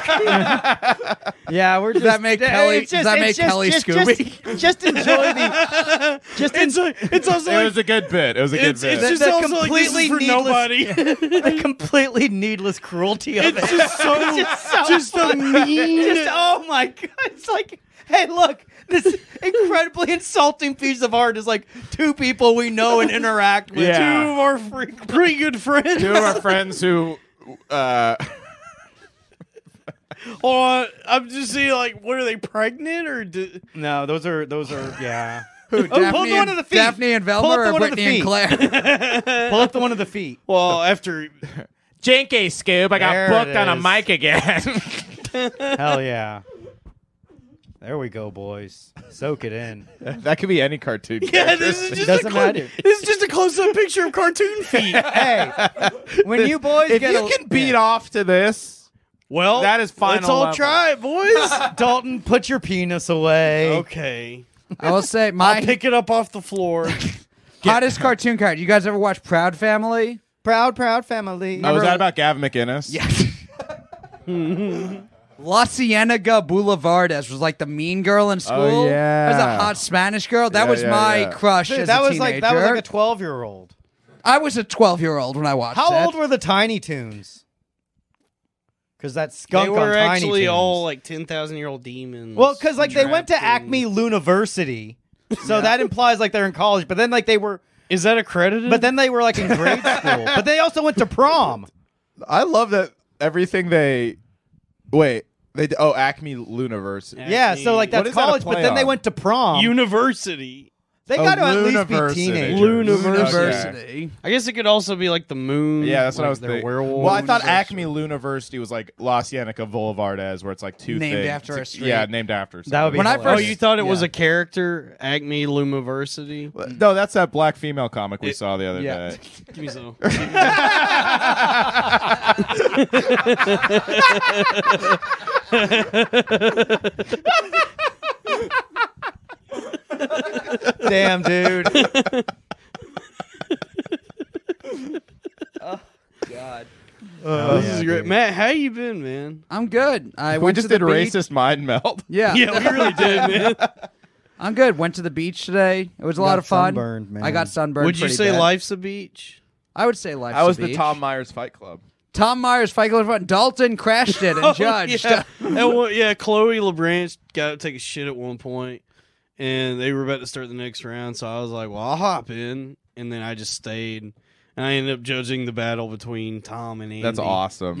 Speaker 2: Yeah, we're just
Speaker 1: that make
Speaker 2: it's
Speaker 1: Kelly- does that
Speaker 2: it's
Speaker 1: make Kelly
Speaker 2: Just, just enjoy the just
Speaker 4: it's
Speaker 2: enjoy
Speaker 4: like, it's also
Speaker 3: It
Speaker 4: like
Speaker 3: was a good bit. It was a good
Speaker 4: it's,
Speaker 3: bit.
Speaker 4: it's just
Speaker 2: The
Speaker 4: also like this
Speaker 2: completely
Speaker 4: is for
Speaker 2: needless-
Speaker 4: nobody.
Speaker 2: the completely needless cruelty of
Speaker 4: It's
Speaker 2: it.
Speaker 4: just so,
Speaker 2: just so
Speaker 4: just the mean.
Speaker 2: Just, oh my god! It's like, hey, look, this incredibly insulting piece of art is like two people we know and interact with.
Speaker 3: Yeah.
Speaker 4: Two of our free, pretty good friends.
Speaker 3: Two of our friends who. Uh,
Speaker 4: Hold on, Oh, I'm just seeing like, what are they pregnant or? Do, Oh,
Speaker 2: No, those are those are yeah.
Speaker 1: Who,
Speaker 2: pull up
Speaker 1: Daphne,
Speaker 2: the Oh, one
Speaker 1: and,
Speaker 2: of the feet.
Speaker 1: Daphne and Velma
Speaker 2: Pull up the
Speaker 1: or
Speaker 2: one of the
Speaker 1: Brittany and
Speaker 2: feet.
Speaker 1: Claire?
Speaker 2: Pull up the one of the feet.
Speaker 4: well, after
Speaker 3: Jinky Scoob, I
Speaker 2: got There booked it on a is. mic
Speaker 3: again.
Speaker 2: Hell yeah. There we go, boys. Soak it in.
Speaker 3: that could be any cartoon.
Speaker 4: yeah,
Speaker 3: character.
Speaker 4: this is just
Speaker 2: doesn't
Speaker 4: a clo-
Speaker 2: matter.
Speaker 4: This is just a close-up picture of cartoon feet.
Speaker 2: Hey, when you boys
Speaker 3: If
Speaker 2: get
Speaker 3: you
Speaker 2: a-
Speaker 3: can beat off to this,
Speaker 4: Well,
Speaker 3: That is
Speaker 4: Let's
Speaker 3: final
Speaker 4: all
Speaker 3: level.
Speaker 4: try it, boys.
Speaker 2: Dalton, put your penis away.
Speaker 4: okay,
Speaker 1: I will say
Speaker 4: I'll
Speaker 1: my
Speaker 4: pick it up off the floor.
Speaker 1: hottest cartoon character. You guys ever watch Proud Family?
Speaker 2: Proud, proud family.
Speaker 3: oh, was that about Gavin McInnes?
Speaker 1: Yes. La Cienega Boulevardes was like the mean girl
Speaker 2: Oh,
Speaker 1: in school.
Speaker 3: yeah.
Speaker 1: That was a hot Spanish girl. That
Speaker 3: Yeah,
Speaker 1: was
Speaker 3: yeah,
Speaker 1: my
Speaker 3: yeah.
Speaker 1: crush
Speaker 2: Dude,
Speaker 1: as
Speaker 2: that
Speaker 1: a
Speaker 2: was
Speaker 1: teenager.
Speaker 2: like that was like a twelve year old.
Speaker 1: I was a 12 year old when I watched
Speaker 2: How
Speaker 1: that.
Speaker 2: old were the Tiny Toons? Because that skunk
Speaker 4: They
Speaker 2: on
Speaker 4: were
Speaker 2: Tiny
Speaker 4: actually
Speaker 2: Toons.
Speaker 4: all like ten thousand year old demons.
Speaker 2: well, because like they went to
Speaker 4: trapped in-
Speaker 2: Acme University, so that implies like they're in college. But then like they were,
Speaker 4: Is that accredited?
Speaker 2: but then they were like in grade school. But they also went to prom.
Speaker 3: I love that everything they wait. They d- oh Acme Luniverse.
Speaker 2: Yeah, so like
Speaker 3: What
Speaker 2: that's
Speaker 3: is that a
Speaker 2: college. but
Speaker 3: play
Speaker 2: then they
Speaker 3: on?
Speaker 2: went to prom.
Speaker 4: university.
Speaker 2: they
Speaker 3: Oh,
Speaker 2: got to at least be
Speaker 3: Luniversity.
Speaker 2: teenagers.
Speaker 3: Luniversity.
Speaker 1: University.
Speaker 4: I guess it could also be like the moon.
Speaker 3: Yeah, that's what
Speaker 4: like
Speaker 3: I was
Speaker 4: the
Speaker 3: thinking.
Speaker 4: Werewolves.
Speaker 3: Well, I thought Acme University was like La Cienega Boulevardes, where it's like two
Speaker 1: Named
Speaker 3: things.
Speaker 1: after a street.
Speaker 3: Yeah, named after.
Speaker 2: That would be
Speaker 1: When I
Speaker 4: Oh,
Speaker 2: hilarious.
Speaker 4: you thought it was
Speaker 2: Yeah.
Speaker 4: a character? Acme Lumiversity.
Speaker 3: something. no, that's that black female comic we saw the other
Speaker 1: yeah.
Speaker 3: day.
Speaker 4: Give me some.
Speaker 2: Damn, dude.
Speaker 4: Oh, this is great, Matt. How you been, man?
Speaker 1: I'm good. I
Speaker 3: we
Speaker 1: went
Speaker 3: just
Speaker 1: to
Speaker 3: did
Speaker 1: the beach.
Speaker 3: racist mind meld.
Speaker 1: Yeah.
Speaker 4: we really did, man.
Speaker 1: I'm good. Went to the beach today. It was a lot
Speaker 2: got
Speaker 1: of fun.
Speaker 2: sunburned, man.
Speaker 1: I got sunburned.
Speaker 4: Would you
Speaker 1: pretty
Speaker 4: say
Speaker 1: bad.
Speaker 4: life's a beach?
Speaker 1: I would say life.
Speaker 3: I was the Tom Myers Fight Club.
Speaker 1: Tom Myers, Fight Club, front. Dalton crashed it and judged.
Speaker 4: Oh, Yeah. At one- yeah, Chloe LeBranch got to take a shit at one point, and they were about to start the next round. So I was like, "Well, I'll hop in," and then I just stayed, and I ended up judging the battle between Tom and Andy.
Speaker 3: That's awesome.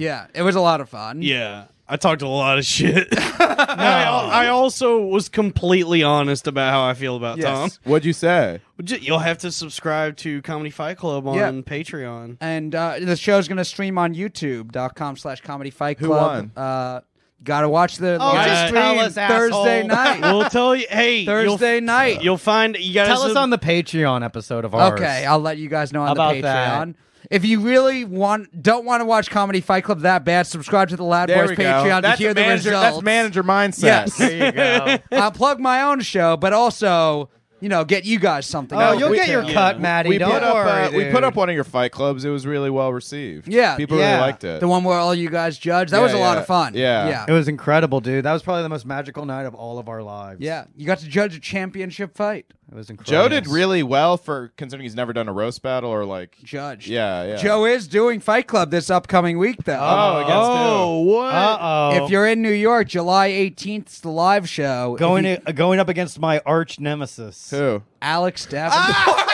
Speaker 1: Yeah, it was a lot of fun.
Speaker 4: Yeah, I talked a lot of shit. I, al- I also was completely honest about how I feel about
Speaker 1: Yes.
Speaker 4: Tom.
Speaker 3: What'd you say?
Speaker 4: But ju- You'll have to subscribe to Comedy Fight Club on
Speaker 1: Yeah.
Speaker 4: Patreon.
Speaker 1: And uh, the show's going to stream on youtube.com slash comedy fight
Speaker 3: Who
Speaker 1: club.
Speaker 3: won?
Speaker 1: Uh, Gotta watch the
Speaker 2: Oh,
Speaker 1: live
Speaker 4: just
Speaker 2: tell
Speaker 1: stream
Speaker 2: us,
Speaker 1: Thursday
Speaker 2: asshole.
Speaker 1: night.
Speaker 4: We'll tell you. Hey, you'll-
Speaker 1: Thursday night.
Speaker 4: You'll find you gotta
Speaker 2: Tell us
Speaker 4: sub-
Speaker 2: on the Patreon episode of ours.
Speaker 1: Okay, I'll let you guys know on
Speaker 5: About
Speaker 1: the
Speaker 5: that?
Speaker 1: Patreon. If you really want, don't want to watch Comedy Fight Club that bad, subscribe to the Loud
Speaker 3: There
Speaker 1: Boys
Speaker 3: we go.
Speaker 1: Patreon
Speaker 3: That's
Speaker 1: to hear the
Speaker 3: manager,
Speaker 1: results.
Speaker 3: That's manager mindset.
Speaker 1: Yes.
Speaker 2: There you go.
Speaker 1: I'll plug my own show, but also, you know, get you guys something.
Speaker 2: Oh,
Speaker 1: out
Speaker 2: you'll
Speaker 1: of it,
Speaker 2: get
Speaker 1: too.
Speaker 2: your
Speaker 4: yeah.
Speaker 2: cut, Maddie.
Speaker 3: we
Speaker 2: Don't
Speaker 3: put up
Speaker 2: worry.
Speaker 3: uh, we
Speaker 2: dude.
Speaker 3: put up one of your fight clubs. It was really well received.
Speaker 1: Yeah.
Speaker 3: people
Speaker 2: Yeah.
Speaker 3: really liked it.
Speaker 1: The one where all you guys judge. That
Speaker 3: Yeah,
Speaker 1: was a lot
Speaker 3: yeah.
Speaker 1: of fun.
Speaker 3: Yeah.
Speaker 1: Yeah.
Speaker 2: It was incredible, dude. That was probably the most magical night of all of our lives.
Speaker 1: Yeah. You got to judge a championship fight.
Speaker 2: it was incredible.
Speaker 3: Joe did really well for considering he's never done a roast battle or like.
Speaker 1: Judge.
Speaker 3: Yeah, yeah.
Speaker 1: Joe is doing Fight Club this upcoming week, though.
Speaker 3: Oh, against
Speaker 4: Oh, what?
Speaker 3: Uh-uh.
Speaker 2: Uh oh.
Speaker 1: If you're in New York, July 18th is the live show. If
Speaker 2: going
Speaker 1: you-
Speaker 2: uh, going up against my arch nemesis,
Speaker 3: who? Who?
Speaker 1: Alex Davenport.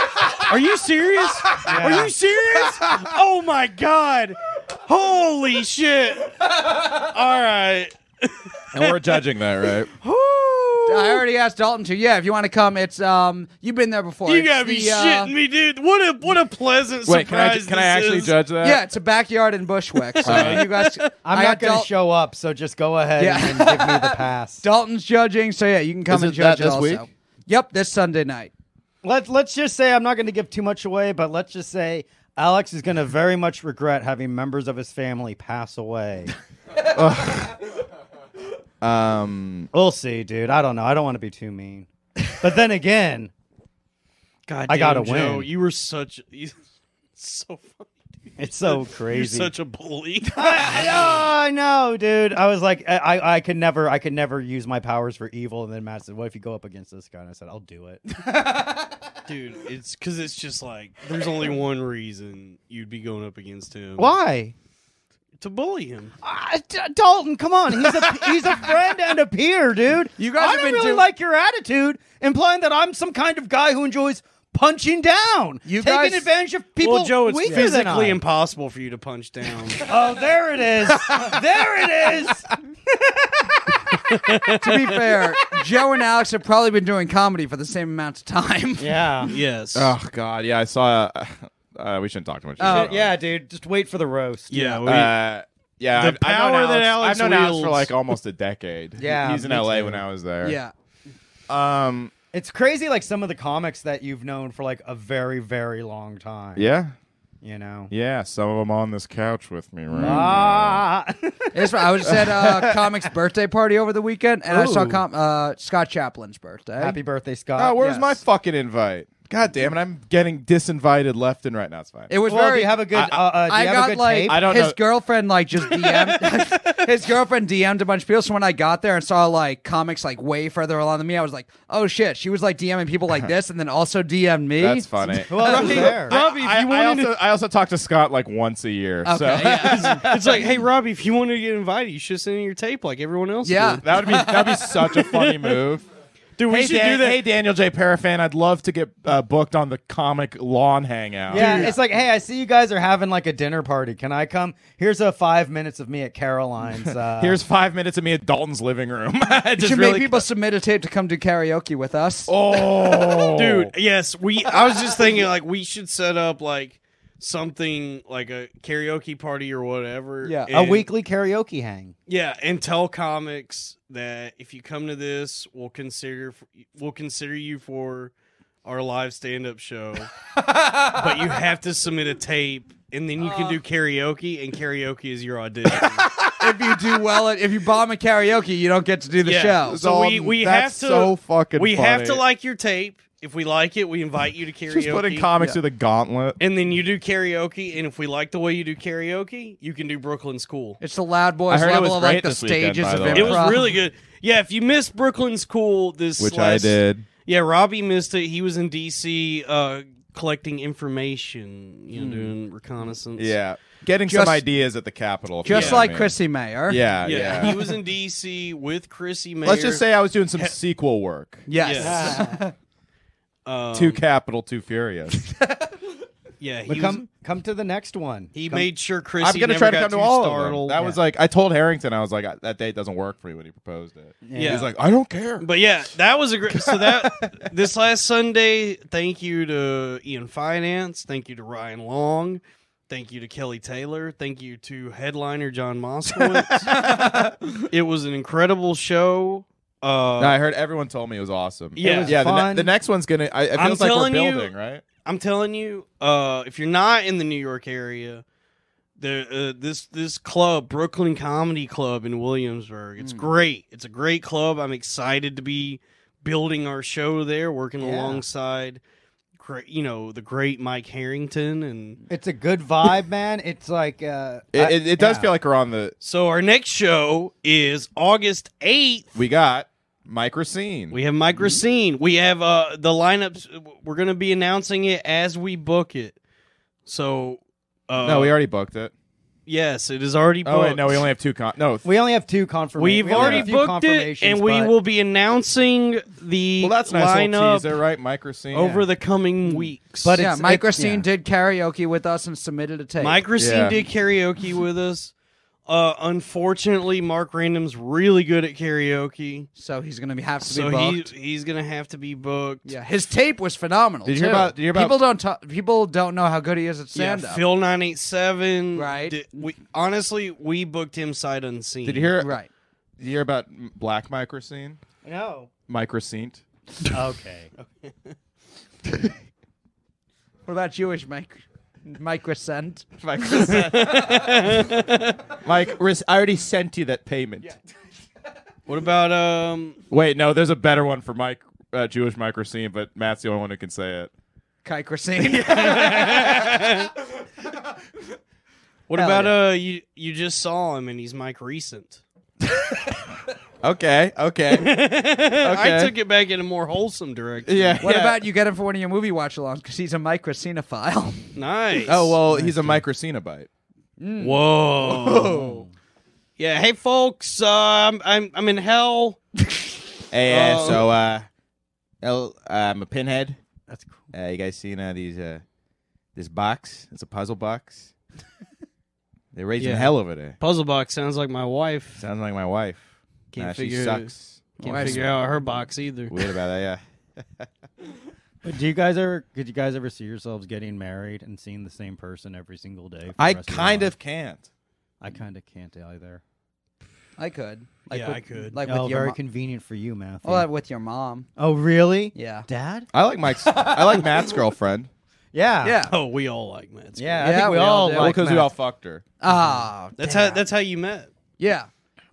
Speaker 4: Are you serious? Are you serious? Oh my god. Holy shit. All right.
Speaker 3: And we're judging that, right?
Speaker 1: I already asked Dalton to. Yeah, if you want to come, it's um. You've been there before.
Speaker 4: You
Speaker 1: It's
Speaker 4: gotta be
Speaker 1: the, uh,
Speaker 4: shitting me, dude. What a what a pleasant
Speaker 3: Wait, can I
Speaker 4: surprise.
Speaker 3: can I actually
Speaker 4: this is.
Speaker 3: judge that?
Speaker 1: Yeah, it's a backyard in Bushwick. So
Speaker 3: Alright.
Speaker 1: you guys,
Speaker 2: I'm
Speaker 1: I got
Speaker 2: not going
Speaker 1: Dal-
Speaker 2: to show up, so just go ahead
Speaker 1: Yeah.
Speaker 2: and give me the pass.
Speaker 1: Dalton's judging, so yeah, you can come
Speaker 3: Is
Speaker 1: and
Speaker 3: it
Speaker 1: judge
Speaker 3: that this
Speaker 1: also.
Speaker 3: week?
Speaker 1: Yep, this Sunday night.
Speaker 2: Let Let's just say I'm not going to give too much away, but let's just say Alex is going to very much regret having members of his family pass away.
Speaker 3: Um.
Speaker 2: we'll see, dude. I don't know. I don't want to be too mean, but then again,
Speaker 4: God
Speaker 2: I
Speaker 4: damn,
Speaker 2: gotta
Speaker 4: Joe,
Speaker 2: win.
Speaker 4: You were such you, so funny.
Speaker 2: it's so
Speaker 4: You're
Speaker 2: crazy.
Speaker 4: such a bully.
Speaker 2: I, I know, dude. I was like, I, I, I could never, I could never use my powers for evil. And then Matt said, "What if you go up against this guy?" And I said, "I'll do it."
Speaker 4: Dude, it's cause it's just like there's only one reason you'd be going up against him.
Speaker 2: Why?
Speaker 4: To bully him.
Speaker 2: Uh, D- Dalton, come on. He's a he's a friend and a peer, dude.
Speaker 1: You guys
Speaker 2: I
Speaker 1: have
Speaker 2: don't
Speaker 1: been
Speaker 2: really
Speaker 1: too-
Speaker 2: like your attitude, implying that I'm some kind of guy who enjoys punching down,
Speaker 1: You
Speaker 2: taking
Speaker 1: guys-
Speaker 2: advantage of people.
Speaker 4: well, Joe, it's
Speaker 2: weaker than I.
Speaker 4: physically impossible for you to punch down.
Speaker 2: Oh, there it is. there it is.
Speaker 1: To be fair, Joe and Alex have probably been doing comedy for the same amount of time.
Speaker 2: Yeah.
Speaker 4: yes.
Speaker 3: Oh God. Yeah, I saw. Uh, uh, we shouldn't talk too much. about it.
Speaker 2: Oh, yeah, dude. Just wait for the roast.
Speaker 4: yeah. we-
Speaker 3: Uh, yeah,
Speaker 4: The
Speaker 3: I've, I've known
Speaker 4: power that Alex
Speaker 3: I've known Alex for
Speaker 4: wields.
Speaker 3: like almost a decade.
Speaker 2: Yeah,
Speaker 3: he's in
Speaker 2: me
Speaker 3: LA
Speaker 2: too.
Speaker 3: when I was there.
Speaker 1: Yeah.
Speaker 3: Um.
Speaker 2: It's crazy, like some of the comics that you've known for like a very, very long time.
Speaker 3: Yeah.
Speaker 2: You know?
Speaker 3: Yeah. Some of them on this couch with me right
Speaker 2: Ah.
Speaker 1: It's fine. I was at a comic's birthday party over the weekend, and I saw
Speaker 2: Ooh.
Speaker 1: com- uh, Scott Chaplin's birthday.
Speaker 2: Happy birthday, Scott.
Speaker 3: now. Oh, where's
Speaker 1: yes.
Speaker 3: my fucking invite? God damn it! I'm getting disinvited left and right. Now it's fine.
Speaker 1: It was
Speaker 2: Well, do
Speaker 1: very.
Speaker 2: you have a good?
Speaker 3: I-
Speaker 2: uh, uh, do you
Speaker 1: I
Speaker 2: have
Speaker 1: got
Speaker 2: a good
Speaker 1: like
Speaker 2: tape?
Speaker 3: I don't
Speaker 1: his
Speaker 3: know.
Speaker 1: girlfriend like just DM'd his girlfriend DM'd a bunch of people. So when I got there and saw like comics like way further along than me, I was like, oh shit, she was like DMing people like this, and then also DM'd me.
Speaker 3: That's funny.
Speaker 2: Who else was there?
Speaker 4: Robbie, if
Speaker 3: I,
Speaker 4: you
Speaker 3: I
Speaker 4: wanted
Speaker 3: also, I also talk to Scott like once a year.
Speaker 1: Okay,
Speaker 3: so
Speaker 1: yeah.
Speaker 4: to, it's like, hey, Robbie, if you wanted to get invited, you should send in your tape like everyone else.
Speaker 1: Yeah.
Speaker 4: did.
Speaker 3: that would be that would be such a funny move.
Speaker 4: dude, we
Speaker 3: hey,
Speaker 4: should
Speaker 3: Dan-
Speaker 4: do that.
Speaker 3: hey, Daniel J. Parafan, I'd love to get uh, booked on the comic lawn hangout.
Speaker 2: Yeah, it's like, hey, I see you guys are having like a dinner party. Can I come? Here's a five minutes of me at Caroline's. Uh,
Speaker 3: Here's five minutes of me at Dalton's living room. I
Speaker 1: You
Speaker 3: Just
Speaker 1: should
Speaker 3: really
Speaker 1: make people submit a tape to come do karaoke with us.
Speaker 3: Oh,
Speaker 4: dude yes we i was just thinking like we should set up like something like a karaoke party or whatever
Speaker 1: Yeah.
Speaker 2: a
Speaker 4: and-
Speaker 2: weekly karaoke hang.
Speaker 4: yeah and tell comics that if you come to this we'll consider we'll consider you for our live stand-up show but you have to submit a tape and then you can do karaoke and karaoke is your audition
Speaker 1: if you do well, at, if you bomb a karaoke, you don't get to do the
Speaker 4: Yeah.
Speaker 1: show.
Speaker 4: So
Speaker 3: Dalton,
Speaker 4: we, we have
Speaker 3: Um, that's
Speaker 4: to
Speaker 3: so fucking
Speaker 4: we have to
Speaker 3: funny.
Speaker 4: like your tape if we like it we invite you to karaoke
Speaker 3: Just putting comics through the gauntlet.
Speaker 4: and then you do karaoke. And if we like the way you do karaoke, you can do Brooklyn School.
Speaker 1: It's the loud
Speaker 3: I
Speaker 1: boys
Speaker 3: heard it
Speaker 1: level
Speaker 3: was
Speaker 1: of like
Speaker 3: great
Speaker 1: the
Speaker 3: this weekend,
Speaker 1: stages
Speaker 3: by
Speaker 1: of
Speaker 3: the way.
Speaker 1: improv.
Speaker 4: It was really good. Yeah, if you missed Brooklyn School this
Speaker 3: Which I
Speaker 4: last,
Speaker 3: did.
Speaker 4: Yeah, Robbie missed it. He was in D.C. Uh, collecting information, you know,
Speaker 3: Hmm.
Speaker 4: doing reconnaissance.
Speaker 3: Yeah, getting
Speaker 1: Just-
Speaker 3: some ideas at the Capitol. if you
Speaker 1: Just
Speaker 3: know what I
Speaker 1: like
Speaker 3: mean.
Speaker 1: Chrissy Mayer.
Speaker 3: Yeah,
Speaker 4: yeah.
Speaker 3: yeah.
Speaker 4: He was in D.C. with Chrissy Mayer.
Speaker 3: Let's just say I was doing some sequel work.
Speaker 1: Yes.
Speaker 4: Yes. um,
Speaker 3: Two capital, two furious.
Speaker 4: Yeah, he,
Speaker 2: But
Speaker 4: was-
Speaker 2: come, come to the next one.
Speaker 4: he
Speaker 2: Come-
Speaker 4: made sure Chrissy.
Speaker 3: I'm gonna
Speaker 4: never
Speaker 3: try to
Speaker 4: got
Speaker 3: come to
Speaker 4: too
Speaker 3: all
Speaker 4: startled.
Speaker 3: of them. That was like I told Harrington, I was like, "I- that date doesn't work for you when he proposed it.
Speaker 4: Yeah.
Speaker 3: He's like, I don't care.
Speaker 4: But yeah, that was a great. So that this last Sunday, thank you to Ian Finance, thank you to Ryan Long, thank you to Kelly Taylor, thank you to headliner John Moskowitz. it was an incredible show. Uh,
Speaker 3: No, I heard everyone told me it was awesome.
Speaker 4: Yeah. It was
Speaker 3: yeah. The, ne-
Speaker 2: fun.
Speaker 3: the next one's gonna. I, it
Speaker 4: I'm
Speaker 3: feels like we're
Speaker 4: telling you-
Speaker 3: building, right?
Speaker 4: I'm telling you, uh, if you're not in the New York area, the uh, this this club, Brooklyn Comedy Club in Williamsburg,
Speaker 3: Hmm.
Speaker 4: it's great. It's a great club. I'm excited to be building our show there, working alongside, great, you know, the great Mike Harrington, and
Speaker 2: It's a good vibe, man. It's like uh,
Speaker 3: It,
Speaker 2: I-
Speaker 3: it, it does
Speaker 2: yeah.
Speaker 3: feel like we're on the.
Speaker 4: so our next show is August eighth.
Speaker 3: We Mm-hmm. got Mike Racine.
Speaker 4: We have Mike Racine. We have uh, the lineups. We're gonna be announcing it as we book it. So. Uh,
Speaker 3: no, we already booked it.
Speaker 4: Yes, it is already. Booked.
Speaker 3: Oh wait, no, we only have two. Con- no,
Speaker 2: We only have two confirmations.
Speaker 4: We've already booked it, and we will be announcing the
Speaker 3: well, that's a nice little
Speaker 4: lineup
Speaker 3: teaser, Mm. right? Mike Racine.
Speaker 4: over the coming weeks.
Speaker 2: But
Speaker 1: yeah,
Speaker 2: it's-
Speaker 1: Mike
Speaker 2: it's-
Speaker 1: Racine
Speaker 2: yeah.
Speaker 1: did karaoke with us and submitted a tape.
Speaker 4: Mike Racine
Speaker 3: Yeah.
Speaker 4: did karaoke with us. Uh, unfortunately, Mark Random's really good at karaoke,
Speaker 1: so he's gonna be have to
Speaker 4: so
Speaker 1: be
Speaker 4: he
Speaker 1: booked.
Speaker 4: he's gonna have to be booked.
Speaker 1: yeah, his tape was phenomenal.
Speaker 3: Did you hear
Speaker 1: too.
Speaker 3: about- did you hear about-
Speaker 1: people don't ta- people don't know how good he is at
Speaker 4: Yeah,
Speaker 1: stand up.
Speaker 4: Phil nine eight seven.
Speaker 1: Right.
Speaker 4: we honestly we booked him sight unseen.
Speaker 3: Did you hear?
Speaker 1: right.
Speaker 3: Did you hear about M- Black Mike Racine?
Speaker 2: No.
Speaker 3: Mike Racine.
Speaker 5: Okay.
Speaker 1: What about Jewish Mike? Mike Racine.
Speaker 3: Mike Racine. Mike, Rac- I already sent you that payment.
Speaker 4: What about um?
Speaker 3: Wait, no, there's a better one for Mike, uh, Jewish Mike Racine, but Matt's the only one who can say it.
Speaker 1: Kike Racine.
Speaker 4: What
Speaker 1: Hell
Speaker 4: about
Speaker 1: yeah.
Speaker 4: uh? You you just saw him and he's Mike Recent.
Speaker 3: Okay, okay.
Speaker 4: I
Speaker 3: Okay.
Speaker 4: took it back in a more wholesome direction.
Speaker 3: yeah.
Speaker 1: What
Speaker 3: yeah.
Speaker 1: about you get him for one of your movie watch alongs because he's a Mike Racinophile.
Speaker 4: Nice.
Speaker 3: Oh, well, he's a Mike Racinabite.
Speaker 4: Whoa. Yeah. Hey, folks. Uh, I'm, I'm I'm in hell.
Speaker 3: Hey,
Speaker 4: uh, so,
Speaker 3: uh, I'm a pinhead. That's cool. Uh, you guys seen uh, these, uh, this box? It's a puzzle box. They're raising
Speaker 4: Yeah.
Speaker 3: hell over there.
Speaker 4: Puzzle box sounds like my wife.
Speaker 3: Sounds like my wife.
Speaker 4: Can't Nah, she figure- sucks. Can't
Speaker 1: Wife's-
Speaker 4: figure out her box either.
Speaker 3: Weird about that, yeah.
Speaker 2: Do you guys ever? Could you guys ever see yourselves getting married and seeing the same person every single day? for the
Speaker 3: I
Speaker 2: rest your
Speaker 3: kind
Speaker 2: life?
Speaker 3: of can't.
Speaker 2: I kind of can't either.
Speaker 1: I could. Like
Speaker 4: Yeah,
Speaker 1: with,
Speaker 4: I could.
Speaker 1: Like
Speaker 2: oh,
Speaker 1: with your
Speaker 2: very
Speaker 1: mom.
Speaker 2: convenient for you, Matthew.
Speaker 1: well, with your mom.
Speaker 2: oh, really?
Speaker 1: Yeah.
Speaker 2: Dad?
Speaker 3: I like Mike's. I like Matt's girlfriend.
Speaker 2: Yeah.
Speaker 1: Yeah.
Speaker 4: Oh, we all like Matt's.
Speaker 2: Yeah. I
Speaker 1: Yeah,
Speaker 2: think we,
Speaker 1: we all
Speaker 2: all
Speaker 1: do.
Speaker 2: like
Speaker 3: because we
Speaker 2: Matt.
Speaker 3: all fucked her.
Speaker 1: Oh,
Speaker 4: That's
Speaker 1: damn.
Speaker 4: how that's how you met.
Speaker 1: Yeah.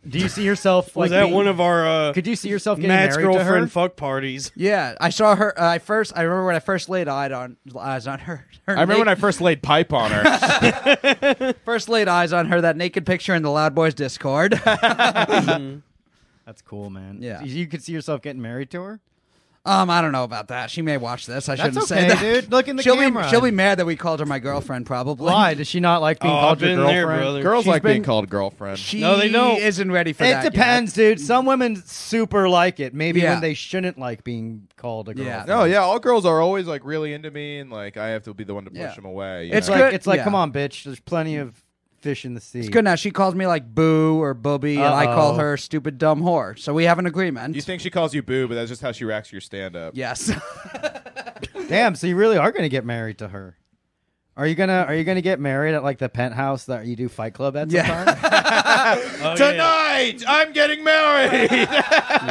Speaker 2: Do you see yourself like
Speaker 4: Was that
Speaker 2: being-
Speaker 4: one of our uh,
Speaker 2: Could you see yourself getting
Speaker 4: Matt's
Speaker 2: married to her?
Speaker 4: girlfriend fuck parties?
Speaker 1: Yeah, I saw her. uh, I first. I remember when I first laid eyed on eyes on her. her
Speaker 3: I remember when I first laid pipe on her.
Speaker 1: first laid eyes on her. That naked picture in the Loud Boys Discord.
Speaker 2: That's cool, man.
Speaker 1: Yeah.
Speaker 2: You- You could see yourself getting married to her?
Speaker 1: um, I don't know about that. She may watch this. I
Speaker 2: That's
Speaker 1: shouldn't say
Speaker 2: okay,
Speaker 1: that.
Speaker 2: dude. Look in the
Speaker 1: she'll
Speaker 2: camera.
Speaker 1: be she'll be mad that we called her my girlfriend. Probably.
Speaker 2: Why? Does she not like being
Speaker 4: Oh,
Speaker 2: called
Speaker 4: I've been
Speaker 2: your
Speaker 4: there,
Speaker 2: girlfriend?
Speaker 4: brother.
Speaker 3: Girls
Speaker 1: She's
Speaker 3: like being
Speaker 1: been-
Speaker 3: called girlfriend.
Speaker 1: She
Speaker 4: No, they don't.
Speaker 1: Isn't ready for
Speaker 2: It
Speaker 1: that. yet.
Speaker 2: depends, dude. Some women super like it. Maybe
Speaker 1: Yeah.
Speaker 2: when they shouldn't like being called a
Speaker 1: Yeah.
Speaker 2: girlfriend.
Speaker 3: No, yeah, all girls are always like really into me, and like I have to be the one to push
Speaker 1: Yeah.
Speaker 3: them away. you
Speaker 2: It's
Speaker 3: know?
Speaker 1: good.
Speaker 2: like it's like,
Speaker 1: yeah.
Speaker 2: come on, bitch. There's plenty of fish in the sea.
Speaker 1: It's good now. She calls me like boo or booby, and I call
Speaker 2: Uh-oh.
Speaker 1: her stupid dumb whore. So we have an agreement.
Speaker 3: you think she calls you boo, but that's just how she racks your stand up.
Speaker 1: yes.
Speaker 2: Damn. So you really are gonna get married to her. Are you gonna Are you gonna get married at like the penthouse that you do Fight Club at?
Speaker 1: Yeah.
Speaker 2: sometime?
Speaker 4: Oh,
Speaker 3: Tonight, I'm getting married.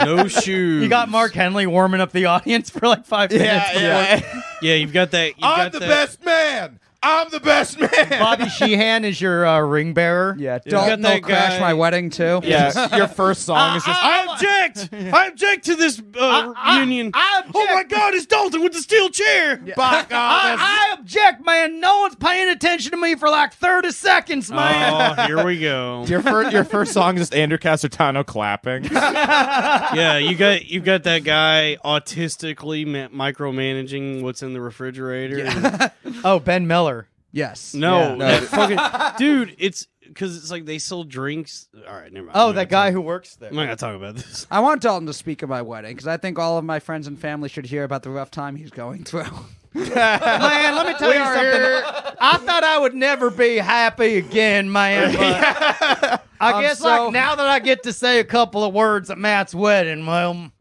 Speaker 4: no shoes.
Speaker 2: you got Mark Henley warming up the audience for like five minutes. before-
Speaker 4: Yeah, you've got that. You've
Speaker 3: I'm
Speaker 4: got
Speaker 3: the
Speaker 4: that-
Speaker 3: best man. I'm the best man.
Speaker 2: Bobby Sheehan is your uh, ring bearer.
Speaker 1: yeah.
Speaker 4: got
Speaker 1: Dalton will
Speaker 4: that
Speaker 1: crash
Speaker 4: guy-
Speaker 1: my wedding too.
Speaker 3: Yeah, your first song is just.
Speaker 4: I object. I object to this uh, union. oh my God! It's Dalton with the steel chair.
Speaker 3: By
Speaker 1: Oh,
Speaker 3: God, that's-
Speaker 2: I, I object, man. No one's paying attention to me for like 30 seconds, man.
Speaker 4: Oh, here we go.
Speaker 3: your first your first song is just Andrew Casertano clapping.
Speaker 4: Yeah, you got you got that guy autistically ma- micromanaging what's in the refrigerator.
Speaker 2: Oh, Ben Miller.
Speaker 1: Yes.
Speaker 4: No,
Speaker 2: Yeah.
Speaker 4: that fucking dude. It's because it's like they sell drinks. All right, never mind.
Speaker 2: Oh,
Speaker 4: I'm not
Speaker 2: that
Speaker 4: gonna
Speaker 2: guy
Speaker 4: talk-
Speaker 2: who works there.
Speaker 4: I'm not gonna talk about this.
Speaker 1: I want Dalton to speak at my wedding because I think all of my friends and family should hear about the rough time he's going through.
Speaker 2: Man, let me tell you something. I thought I would never be happy again, man. But I guess
Speaker 1: so-
Speaker 2: like now that I get to say a couple of words at Matt's wedding, well,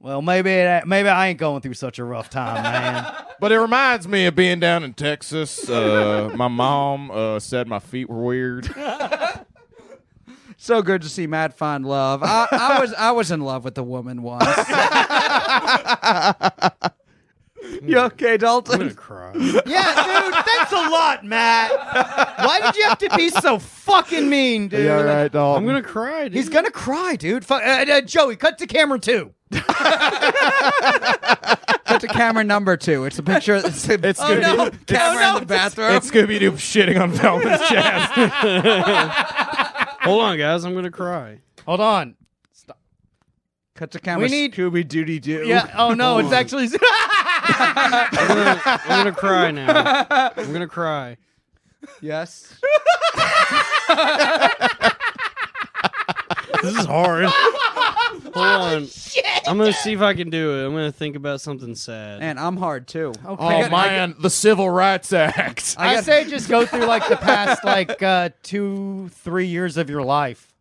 Speaker 2: well, maybe it, maybe I ain't going through such a rough time, man.
Speaker 3: But it reminds me of being down in Texas. Uh, my mom uh, said my feet were weird.
Speaker 1: so good to see Matt find love. I, I was I was in love with a woman once. you okay, Dalton?
Speaker 4: Cry.
Speaker 2: yeah, dude, thanks a lot, Matt. Why did you have to be so fucking mean, dude?
Speaker 3: dog.
Speaker 4: I'm gonna cry. Dude.
Speaker 2: Oh. He's gonna cry, dude. Fu- uh, uh, Joey, cut to camera two.
Speaker 1: That's a camera number two. It's a picture. It's a
Speaker 3: It's
Speaker 1: oh,
Speaker 3: Scooby-
Speaker 1: no,
Speaker 3: it's-
Speaker 1: camera
Speaker 2: oh, no,
Speaker 1: in the bathroom.
Speaker 3: It's Scooby Doo shitting on Velma's chest.
Speaker 4: Hold on, guys. I'm gonna cry.
Speaker 2: Hold on.
Speaker 1: Cut to camera.
Speaker 2: We need-
Speaker 1: Scooby Dooty Doo.
Speaker 2: Yeah. Oh no, it's actually.
Speaker 4: I'm gonna, I'm gonna cry now. I'm gonna cry.
Speaker 1: Yes.
Speaker 4: This is hard. Hold on. I'm gonna see if I can do it. I'm gonna think about something sad.
Speaker 1: And I'm hard too. Okay.
Speaker 3: Oh man, the Civil Rights Act.
Speaker 2: I,
Speaker 1: got-
Speaker 2: say just go through like the past like uh, two, three years of your life.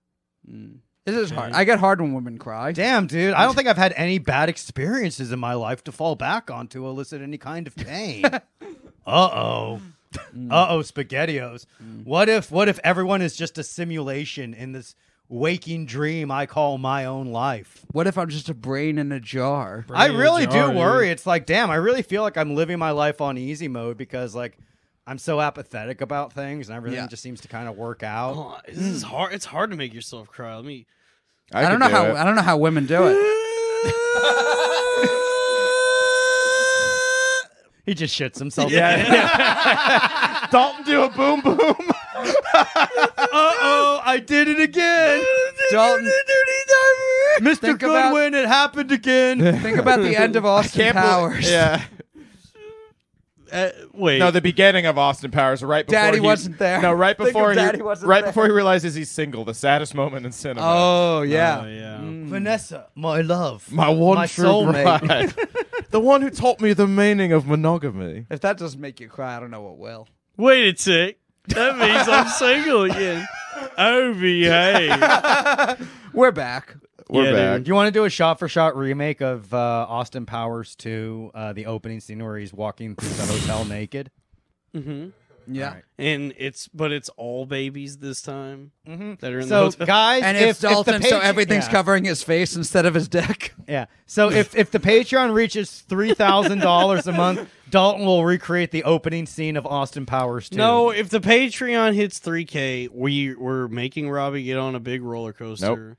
Speaker 1: This is hard. I get hard when women cry.
Speaker 2: Damn, dude. I don't think I've had any bad experiences in my life to fall back on to elicit any kind of pain. uh oh. Uh oh, spaghettios. What if what if everyone is just a simulation in this waking dream I call my own life?
Speaker 1: What if I'm just a brain in a jar?
Speaker 2: I really do
Speaker 4: jar,
Speaker 2: worry. It's like, damn, I really feel like I'm living my life on easy mode because like I'm so apathetic about things and everything
Speaker 1: Yeah.
Speaker 2: just seems to kind of work out.
Speaker 4: Hold on. This
Speaker 2: Mm.
Speaker 4: is hard. It's hard to make yourself cry. Let me.
Speaker 1: I, don't know how I don't know how women do it.
Speaker 2: He just shits himself.
Speaker 3: Yeah. Dalton do a boom boom.
Speaker 2: oh, I did it again.
Speaker 1: Dalton,
Speaker 2: Mr.
Speaker 1: Think about-
Speaker 2: Goodwin, it happened again.
Speaker 1: think about the end of Austin Powers.
Speaker 3: yeah.
Speaker 4: Uh, wait.
Speaker 3: No, the beginning of Austin Powers, right before
Speaker 1: Daddy
Speaker 3: he,
Speaker 1: wasn't there.
Speaker 3: No, right
Speaker 1: Think of
Speaker 3: before
Speaker 1: Daddy
Speaker 3: he,
Speaker 1: wasn't
Speaker 3: right
Speaker 1: there.
Speaker 3: before he realizes he's single. The saddest moment in cinema.
Speaker 1: Oh yeah.
Speaker 4: Oh, yeah.
Speaker 2: Mm. Vanessa, my love.
Speaker 3: my one
Speaker 2: my
Speaker 3: true
Speaker 2: soulmate.
Speaker 3: bride. the one who taught me the meaning of monogamy.
Speaker 1: If that doesn't make you cry, I don't know what will.
Speaker 4: Wait a sec. That means I'm single again. Oh, behave.
Speaker 1: We're back.
Speaker 3: We're
Speaker 4: Yeah,
Speaker 3: back.
Speaker 4: dude.
Speaker 2: Do you want to do a shot for shot remake of uh, Austin Powers 2, uh, the opening scene where he's walking through the hotel naked?
Speaker 1: Yeah.
Speaker 4: And it's but it's all babies this time that are in
Speaker 2: So,
Speaker 4: the hotel.
Speaker 2: guys,
Speaker 1: And
Speaker 2: if,
Speaker 1: it's Dalton,
Speaker 2: if the
Speaker 1: so
Speaker 2: Patreon-
Speaker 1: everything's
Speaker 2: yeah.
Speaker 1: covering his face instead of his dick.
Speaker 2: Yeah. So if if the Patreon reaches three thousand dollars a month, Dalton will recreate the opening scene of Austin Powers 2.
Speaker 4: No, if the Patreon hits 3K, we we're making Robbie get on a big roller coaster.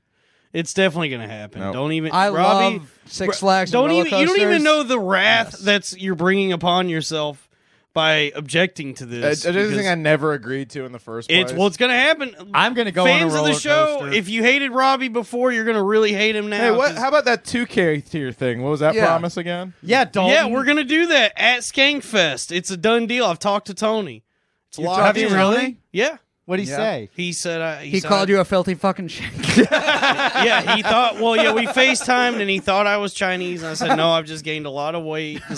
Speaker 4: It's definitely gonna happen.
Speaker 3: Nope.
Speaker 4: Don't even,
Speaker 1: I
Speaker 4: Robbie.
Speaker 1: love Six Flags. and
Speaker 4: don't
Speaker 1: roller
Speaker 4: even. You don't even
Speaker 1: coasters.
Speaker 4: know the wrath that's you're bringing upon yourself by objecting to
Speaker 3: I, I just
Speaker 4: this.
Speaker 3: think Uh, I
Speaker 4: because
Speaker 3: never agreed to in the first place.
Speaker 4: it's well, it's gonna happen.
Speaker 2: I'm going to go
Speaker 4: Fans
Speaker 2: on a
Speaker 4: of
Speaker 2: roller
Speaker 4: the show,
Speaker 2: coaster.
Speaker 4: if you hated Robbie before, you're gonna really hate him now.
Speaker 3: hey, what?
Speaker 4: 'cause-
Speaker 3: How about that two K tier thing? What was that
Speaker 1: Yeah.
Speaker 3: promise again?
Speaker 2: yeah, Dalton.
Speaker 4: Yeah, we're gonna do that at Skankfest. It's a done deal. I've talked to Tony. It's locked
Speaker 1: talked to
Speaker 4: in.
Speaker 1: Tony?
Speaker 4: Yeah,
Speaker 2: What do you
Speaker 1: Yeah.
Speaker 2: say?
Speaker 4: he said. I,
Speaker 1: He called you a filthy fucking shit.
Speaker 4: yeah, he thought. Well, yeah, we Facetimed and he thought I was Chinese. And I said, no, I've just gained a lot of weight this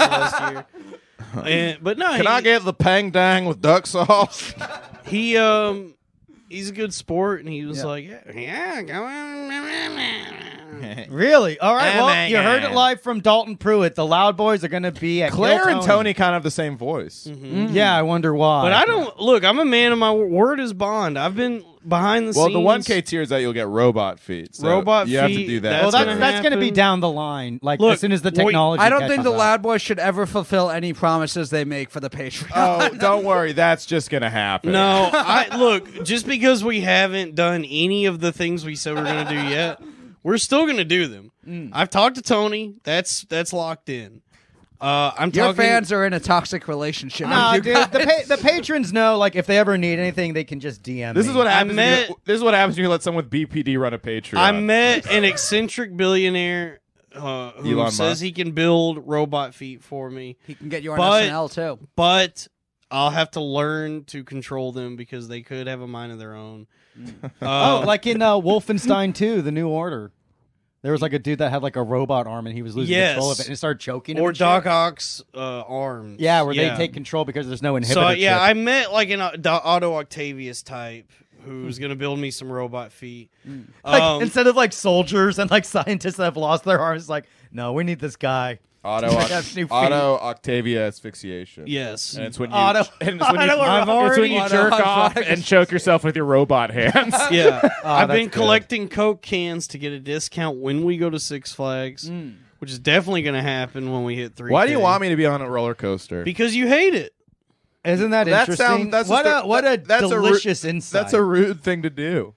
Speaker 4: last year. And, but no,
Speaker 3: Can
Speaker 4: he,
Speaker 3: I get the pang dang with duck sauce?
Speaker 4: he um he's a good sport and he was
Speaker 1: Yeah.
Speaker 4: like, yeah, yeah, go on.
Speaker 2: Really? All right. Well,
Speaker 4: Oh, my
Speaker 2: you heard
Speaker 4: God.
Speaker 2: it live from Dalton Pruitt. The Loud Boys are going to be at
Speaker 3: Claire
Speaker 2: Kill
Speaker 3: and Tony kind of have the same voice.
Speaker 4: Mm-hmm.
Speaker 2: Yeah, I wonder why.
Speaker 4: But I don't look. I'm a man of my word. Word is bond. I've been behind the
Speaker 3: Well,
Speaker 4: scenes.
Speaker 3: the one K tier is that you'll get robot feet. so
Speaker 4: Robot
Speaker 3: you have to
Speaker 4: feet,
Speaker 3: do
Speaker 4: that's
Speaker 3: that.
Speaker 2: Well,
Speaker 3: So-
Speaker 2: that's
Speaker 4: gonna
Speaker 2: that's going to be
Speaker 4: happen.
Speaker 2: down the line. Like
Speaker 4: Look,
Speaker 2: as soon as the
Speaker 4: well,
Speaker 2: technology.
Speaker 1: I don't think
Speaker 2: catches
Speaker 1: the
Speaker 2: up.
Speaker 1: Loud Boys should ever fulfill any promises they make for the Patreon.
Speaker 3: Oh, don't worry, that's just gonna happen.
Speaker 4: No, I look, just because we haven't done any of the things we said we are gonna do yet, we're still gonna do them. I've talked to Tony. That's that's locked in. Uh, I'm
Speaker 1: Your
Speaker 4: talking.
Speaker 1: fans are in a toxic relationship.
Speaker 2: Nah,
Speaker 1: with you guys.
Speaker 2: dude. The, pa- the patrons know. Like if they ever need anything, they can just DM.
Speaker 3: This
Speaker 2: me.
Speaker 3: is what
Speaker 4: I
Speaker 3: happens. when you-
Speaker 4: met-
Speaker 3: this is what happens when you let someone with BPD run a Patreon.
Speaker 4: I met an eccentric billionaire uh, who
Speaker 3: Elon
Speaker 4: says
Speaker 3: Musk.
Speaker 4: he can build robot feet for me,
Speaker 1: he can get you on
Speaker 4: But-
Speaker 1: SNL too.
Speaker 4: but I'll have to learn to control them because they could have a mind of their own. Uh,
Speaker 2: Oh, like in uh, Wolfenstein 2, The New Order. There was like a dude that had like a robot arm and he was losing control of
Speaker 4: Yes.
Speaker 2: it and it started choking him.
Speaker 4: or
Speaker 2: and shit.
Speaker 4: Doc Ock's uh, arms.
Speaker 2: Yeah, where
Speaker 4: Yeah.
Speaker 2: they take control because there's no inhibitor.
Speaker 4: So yeah,
Speaker 2: chip.
Speaker 4: I met like an O- Do- Otto Octavius type who's
Speaker 3: Hmm.
Speaker 4: gonna build me some robot feet.
Speaker 2: Hmm. Like,
Speaker 4: Um,
Speaker 2: instead of like soldiers and like scientists that have lost their arms, like no, we need this guy.
Speaker 3: Auto,
Speaker 2: That's new feet.
Speaker 3: auto Octavia asphyxiation.
Speaker 4: yes,
Speaker 3: And it's when you,
Speaker 2: Auto-
Speaker 3: and it's when you,
Speaker 2: Auto- I've
Speaker 3: it's when
Speaker 2: already-
Speaker 3: you
Speaker 1: Auto-
Speaker 3: jerk
Speaker 1: Auto-
Speaker 3: off and choke yourself with your robot hands.
Speaker 4: yeah. I've
Speaker 2: that's
Speaker 4: been
Speaker 2: good.
Speaker 4: collecting Coke cans to get a discount when we go to Six Flags,
Speaker 2: Hmm.
Speaker 4: which is definitely gonna happen when we hit three.
Speaker 3: Why do you want me to be on a roller coaster?
Speaker 4: Because you hate it.
Speaker 2: Isn't that,
Speaker 3: that
Speaker 2: interesting?
Speaker 3: sounds that's
Speaker 2: what
Speaker 3: just
Speaker 2: a what a
Speaker 3: that's ru-
Speaker 2: delicious insight.
Speaker 3: That's a rude thing to do.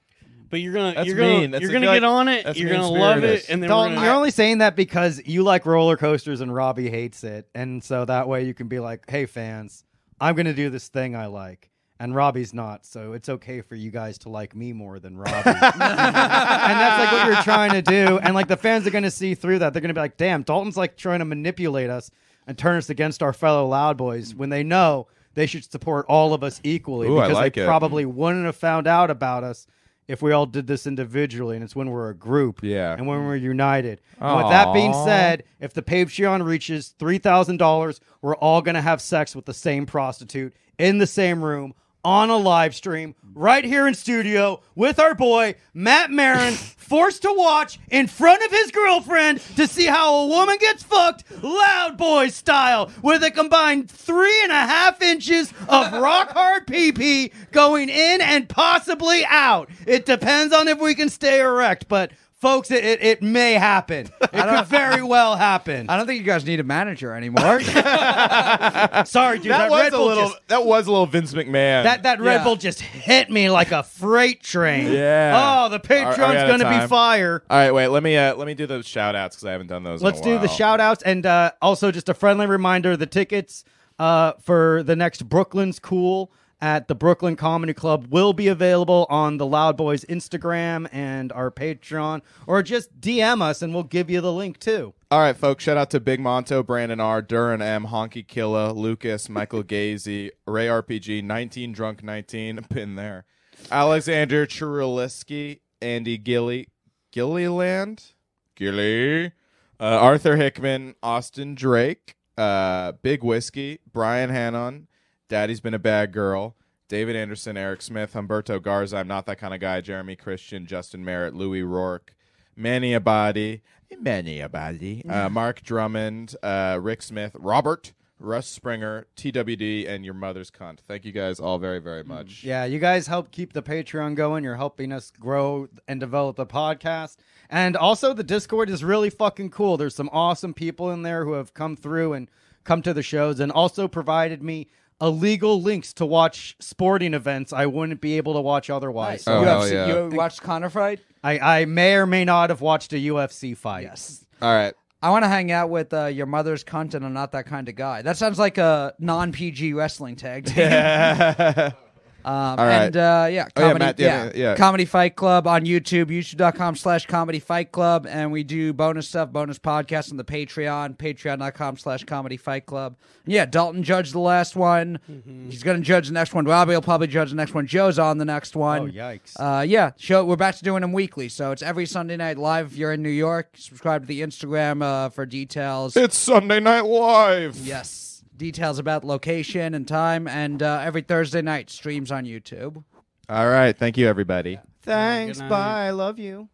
Speaker 4: But you're gonna
Speaker 3: That's
Speaker 4: you're gonna
Speaker 3: mean. That's
Speaker 4: you're
Speaker 3: a-
Speaker 4: gonna
Speaker 3: like-
Speaker 4: get on it.
Speaker 3: that's
Speaker 4: You're gonna love
Speaker 3: mean-spirited.
Speaker 4: it, and then
Speaker 2: Dalton,
Speaker 4: we're
Speaker 2: you're
Speaker 4: gonna,
Speaker 2: only saying that because you like roller coasters and Robbie hates it, and so that way you can be like, "Hey, fans, I'm gonna do this thing I like." And Robbie's not, so it's okay for you guys to like me more than Robbie. and that's like what you're trying to do. And like the fans are gonna see through that. They're gonna be like, damn, Dalton's like trying to manipulate us and turn us against our fellow Loud Boys when they know they should support all of us equally
Speaker 3: Ooh, I
Speaker 2: because
Speaker 3: like
Speaker 2: they
Speaker 3: it.
Speaker 2: probably wouldn't have found out about us if we all did this individually. And it's when we're a group
Speaker 3: Yeah.
Speaker 2: and when we're united. And with that being
Speaker 3: Aw.
Speaker 2: said, if the Patreon reaches three thousand dollars, we're all gonna have sex with the same prostitute in the same room on a live stream right here in studio with our boy Matt Marin, forced to watch in front of his girlfriend to see how a woman gets fucked, loud boy style, with a combined three and a half inches of rock hard PP going in and possibly out. It depends on if we can stay erect, but folks, it, it, it may happen. It could very well happen.
Speaker 1: I don't think you guys need a manager anymore.
Speaker 2: Sorry, dude.
Speaker 3: That
Speaker 2: That,
Speaker 3: was
Speaker 2: Red
Speaker 3: a
Speaker 2: Bull
Speaker 3: little.
Speaker 2: just,
Speaker 3: that was a little Vince McMahon.
Speaker 2: that that Red
Speaker 1: Yeah.
Speaker 2: Bull just hit me like a freight train.
Speaker 3: Yeah.
Speaker 2: Oh, the
Speaker 3: Are- are we
Speaker 2: Patreon's
Speaker 3: out of
Speaker 2: gonna
Speaker 3: time?
Speaker 2: be fire.
Speaker 3: All right, wait. Let me uh, let me do the shout outs because I haven't done those. in a
Speaker 2: Let's do the
Speaker 3: while.
Speaker 2: shout outs and uh, also just a friendly reminder the tickets uh, for the next Brooklyn's Cool at the Brooklyn Comedy Club will be available on the Loud Boys Instagram and our Patreon, or just DM us and we'll give you the link too.
Speaker 3: All right, folks. Shout out to Big Monto, Brandon R, Duran M, Honky Killa, Lucas, Michael Gazy, Ray RPG, 19 Drunk 19, pin there. Alexander Chirilisky, Andy Gilly, Gilliland, Gilly, uh, Arthur Hickman, Austin Drake, uh, Big Whiskey, Brian Hannon, Daddy's Been a Bad Girl, David Anderson, Eric Smith, Humberto Garza, I'm Not That Kind of Guy, Jeremy Christian, Justin Merritt, Louis Rourke, Manny Abadi, Manny Abadi, uh, Mark Drummond, uh, Rick Smith, Robert, Russ Springer, TWD, and your mother's cunt. Thank you guys all very, very much.
Speaker 2: Yeah, you guys help keep the Patreon going. You're helping us grow and develop the podcast. And also, the Discord is really fucking cool. There's some awesome people in there who have come through and come to the shows and also provided me illegal links to watch sporting events I wouldn't be able to watch otherwise.
Speaker 6: Oh,
Speaker 1: you,
Speaker 6: hell
Speaker 1: have,
Speaker 6: yeah.
Speaker 1: you watched Connor fight?
Speaker 2: I, I may or may not have watched a UFC fight.
Speaker 1: Yes.
Speaker 6: All right.
Speaker 1: I want to hang out with uh, your mother's cunt and I'm not that kind of guy. That sounds like a non PG wrestling tag team. Um,
Speaker 3: right.
Speaker 1: And uh, yeah,
Speaker 3: Oh, yeah,
Speaker 1: comedy,
Speaker 3: Matt, yeah, yeah.
Speaker 1: Comedy Fight Club on YouTube, youtube.com slash Comedy Fight Club. And we do bonus stuff, bonus podcasts on the Patreon, patreon.com slash Comedy Fight Club. Yeah, Dalton judged the last one.
Speaker 3: Mm-hmm.
Speaker 1: He's going to judge the next one. Robbie will probably judge the next one. Joe's on the next one.
Speaker 2: Oh, yikes.
Speaker 1: Uh, yeah, show we're back to doing them weekly. So it's every Sunday night live if you're in New York. Subscribe to the Instagram uh, for details.
Speaker 3: It's Sunday Night Live.
Speaker 1: Yes. Details about location and time, and uh, every Thursday night streams on YouTube.
Speaker 3: All right. Thank you, everybody.
Speaker 2: Thanks.
Speaker 4: Good night.
Speaker 2: Bye. I love you.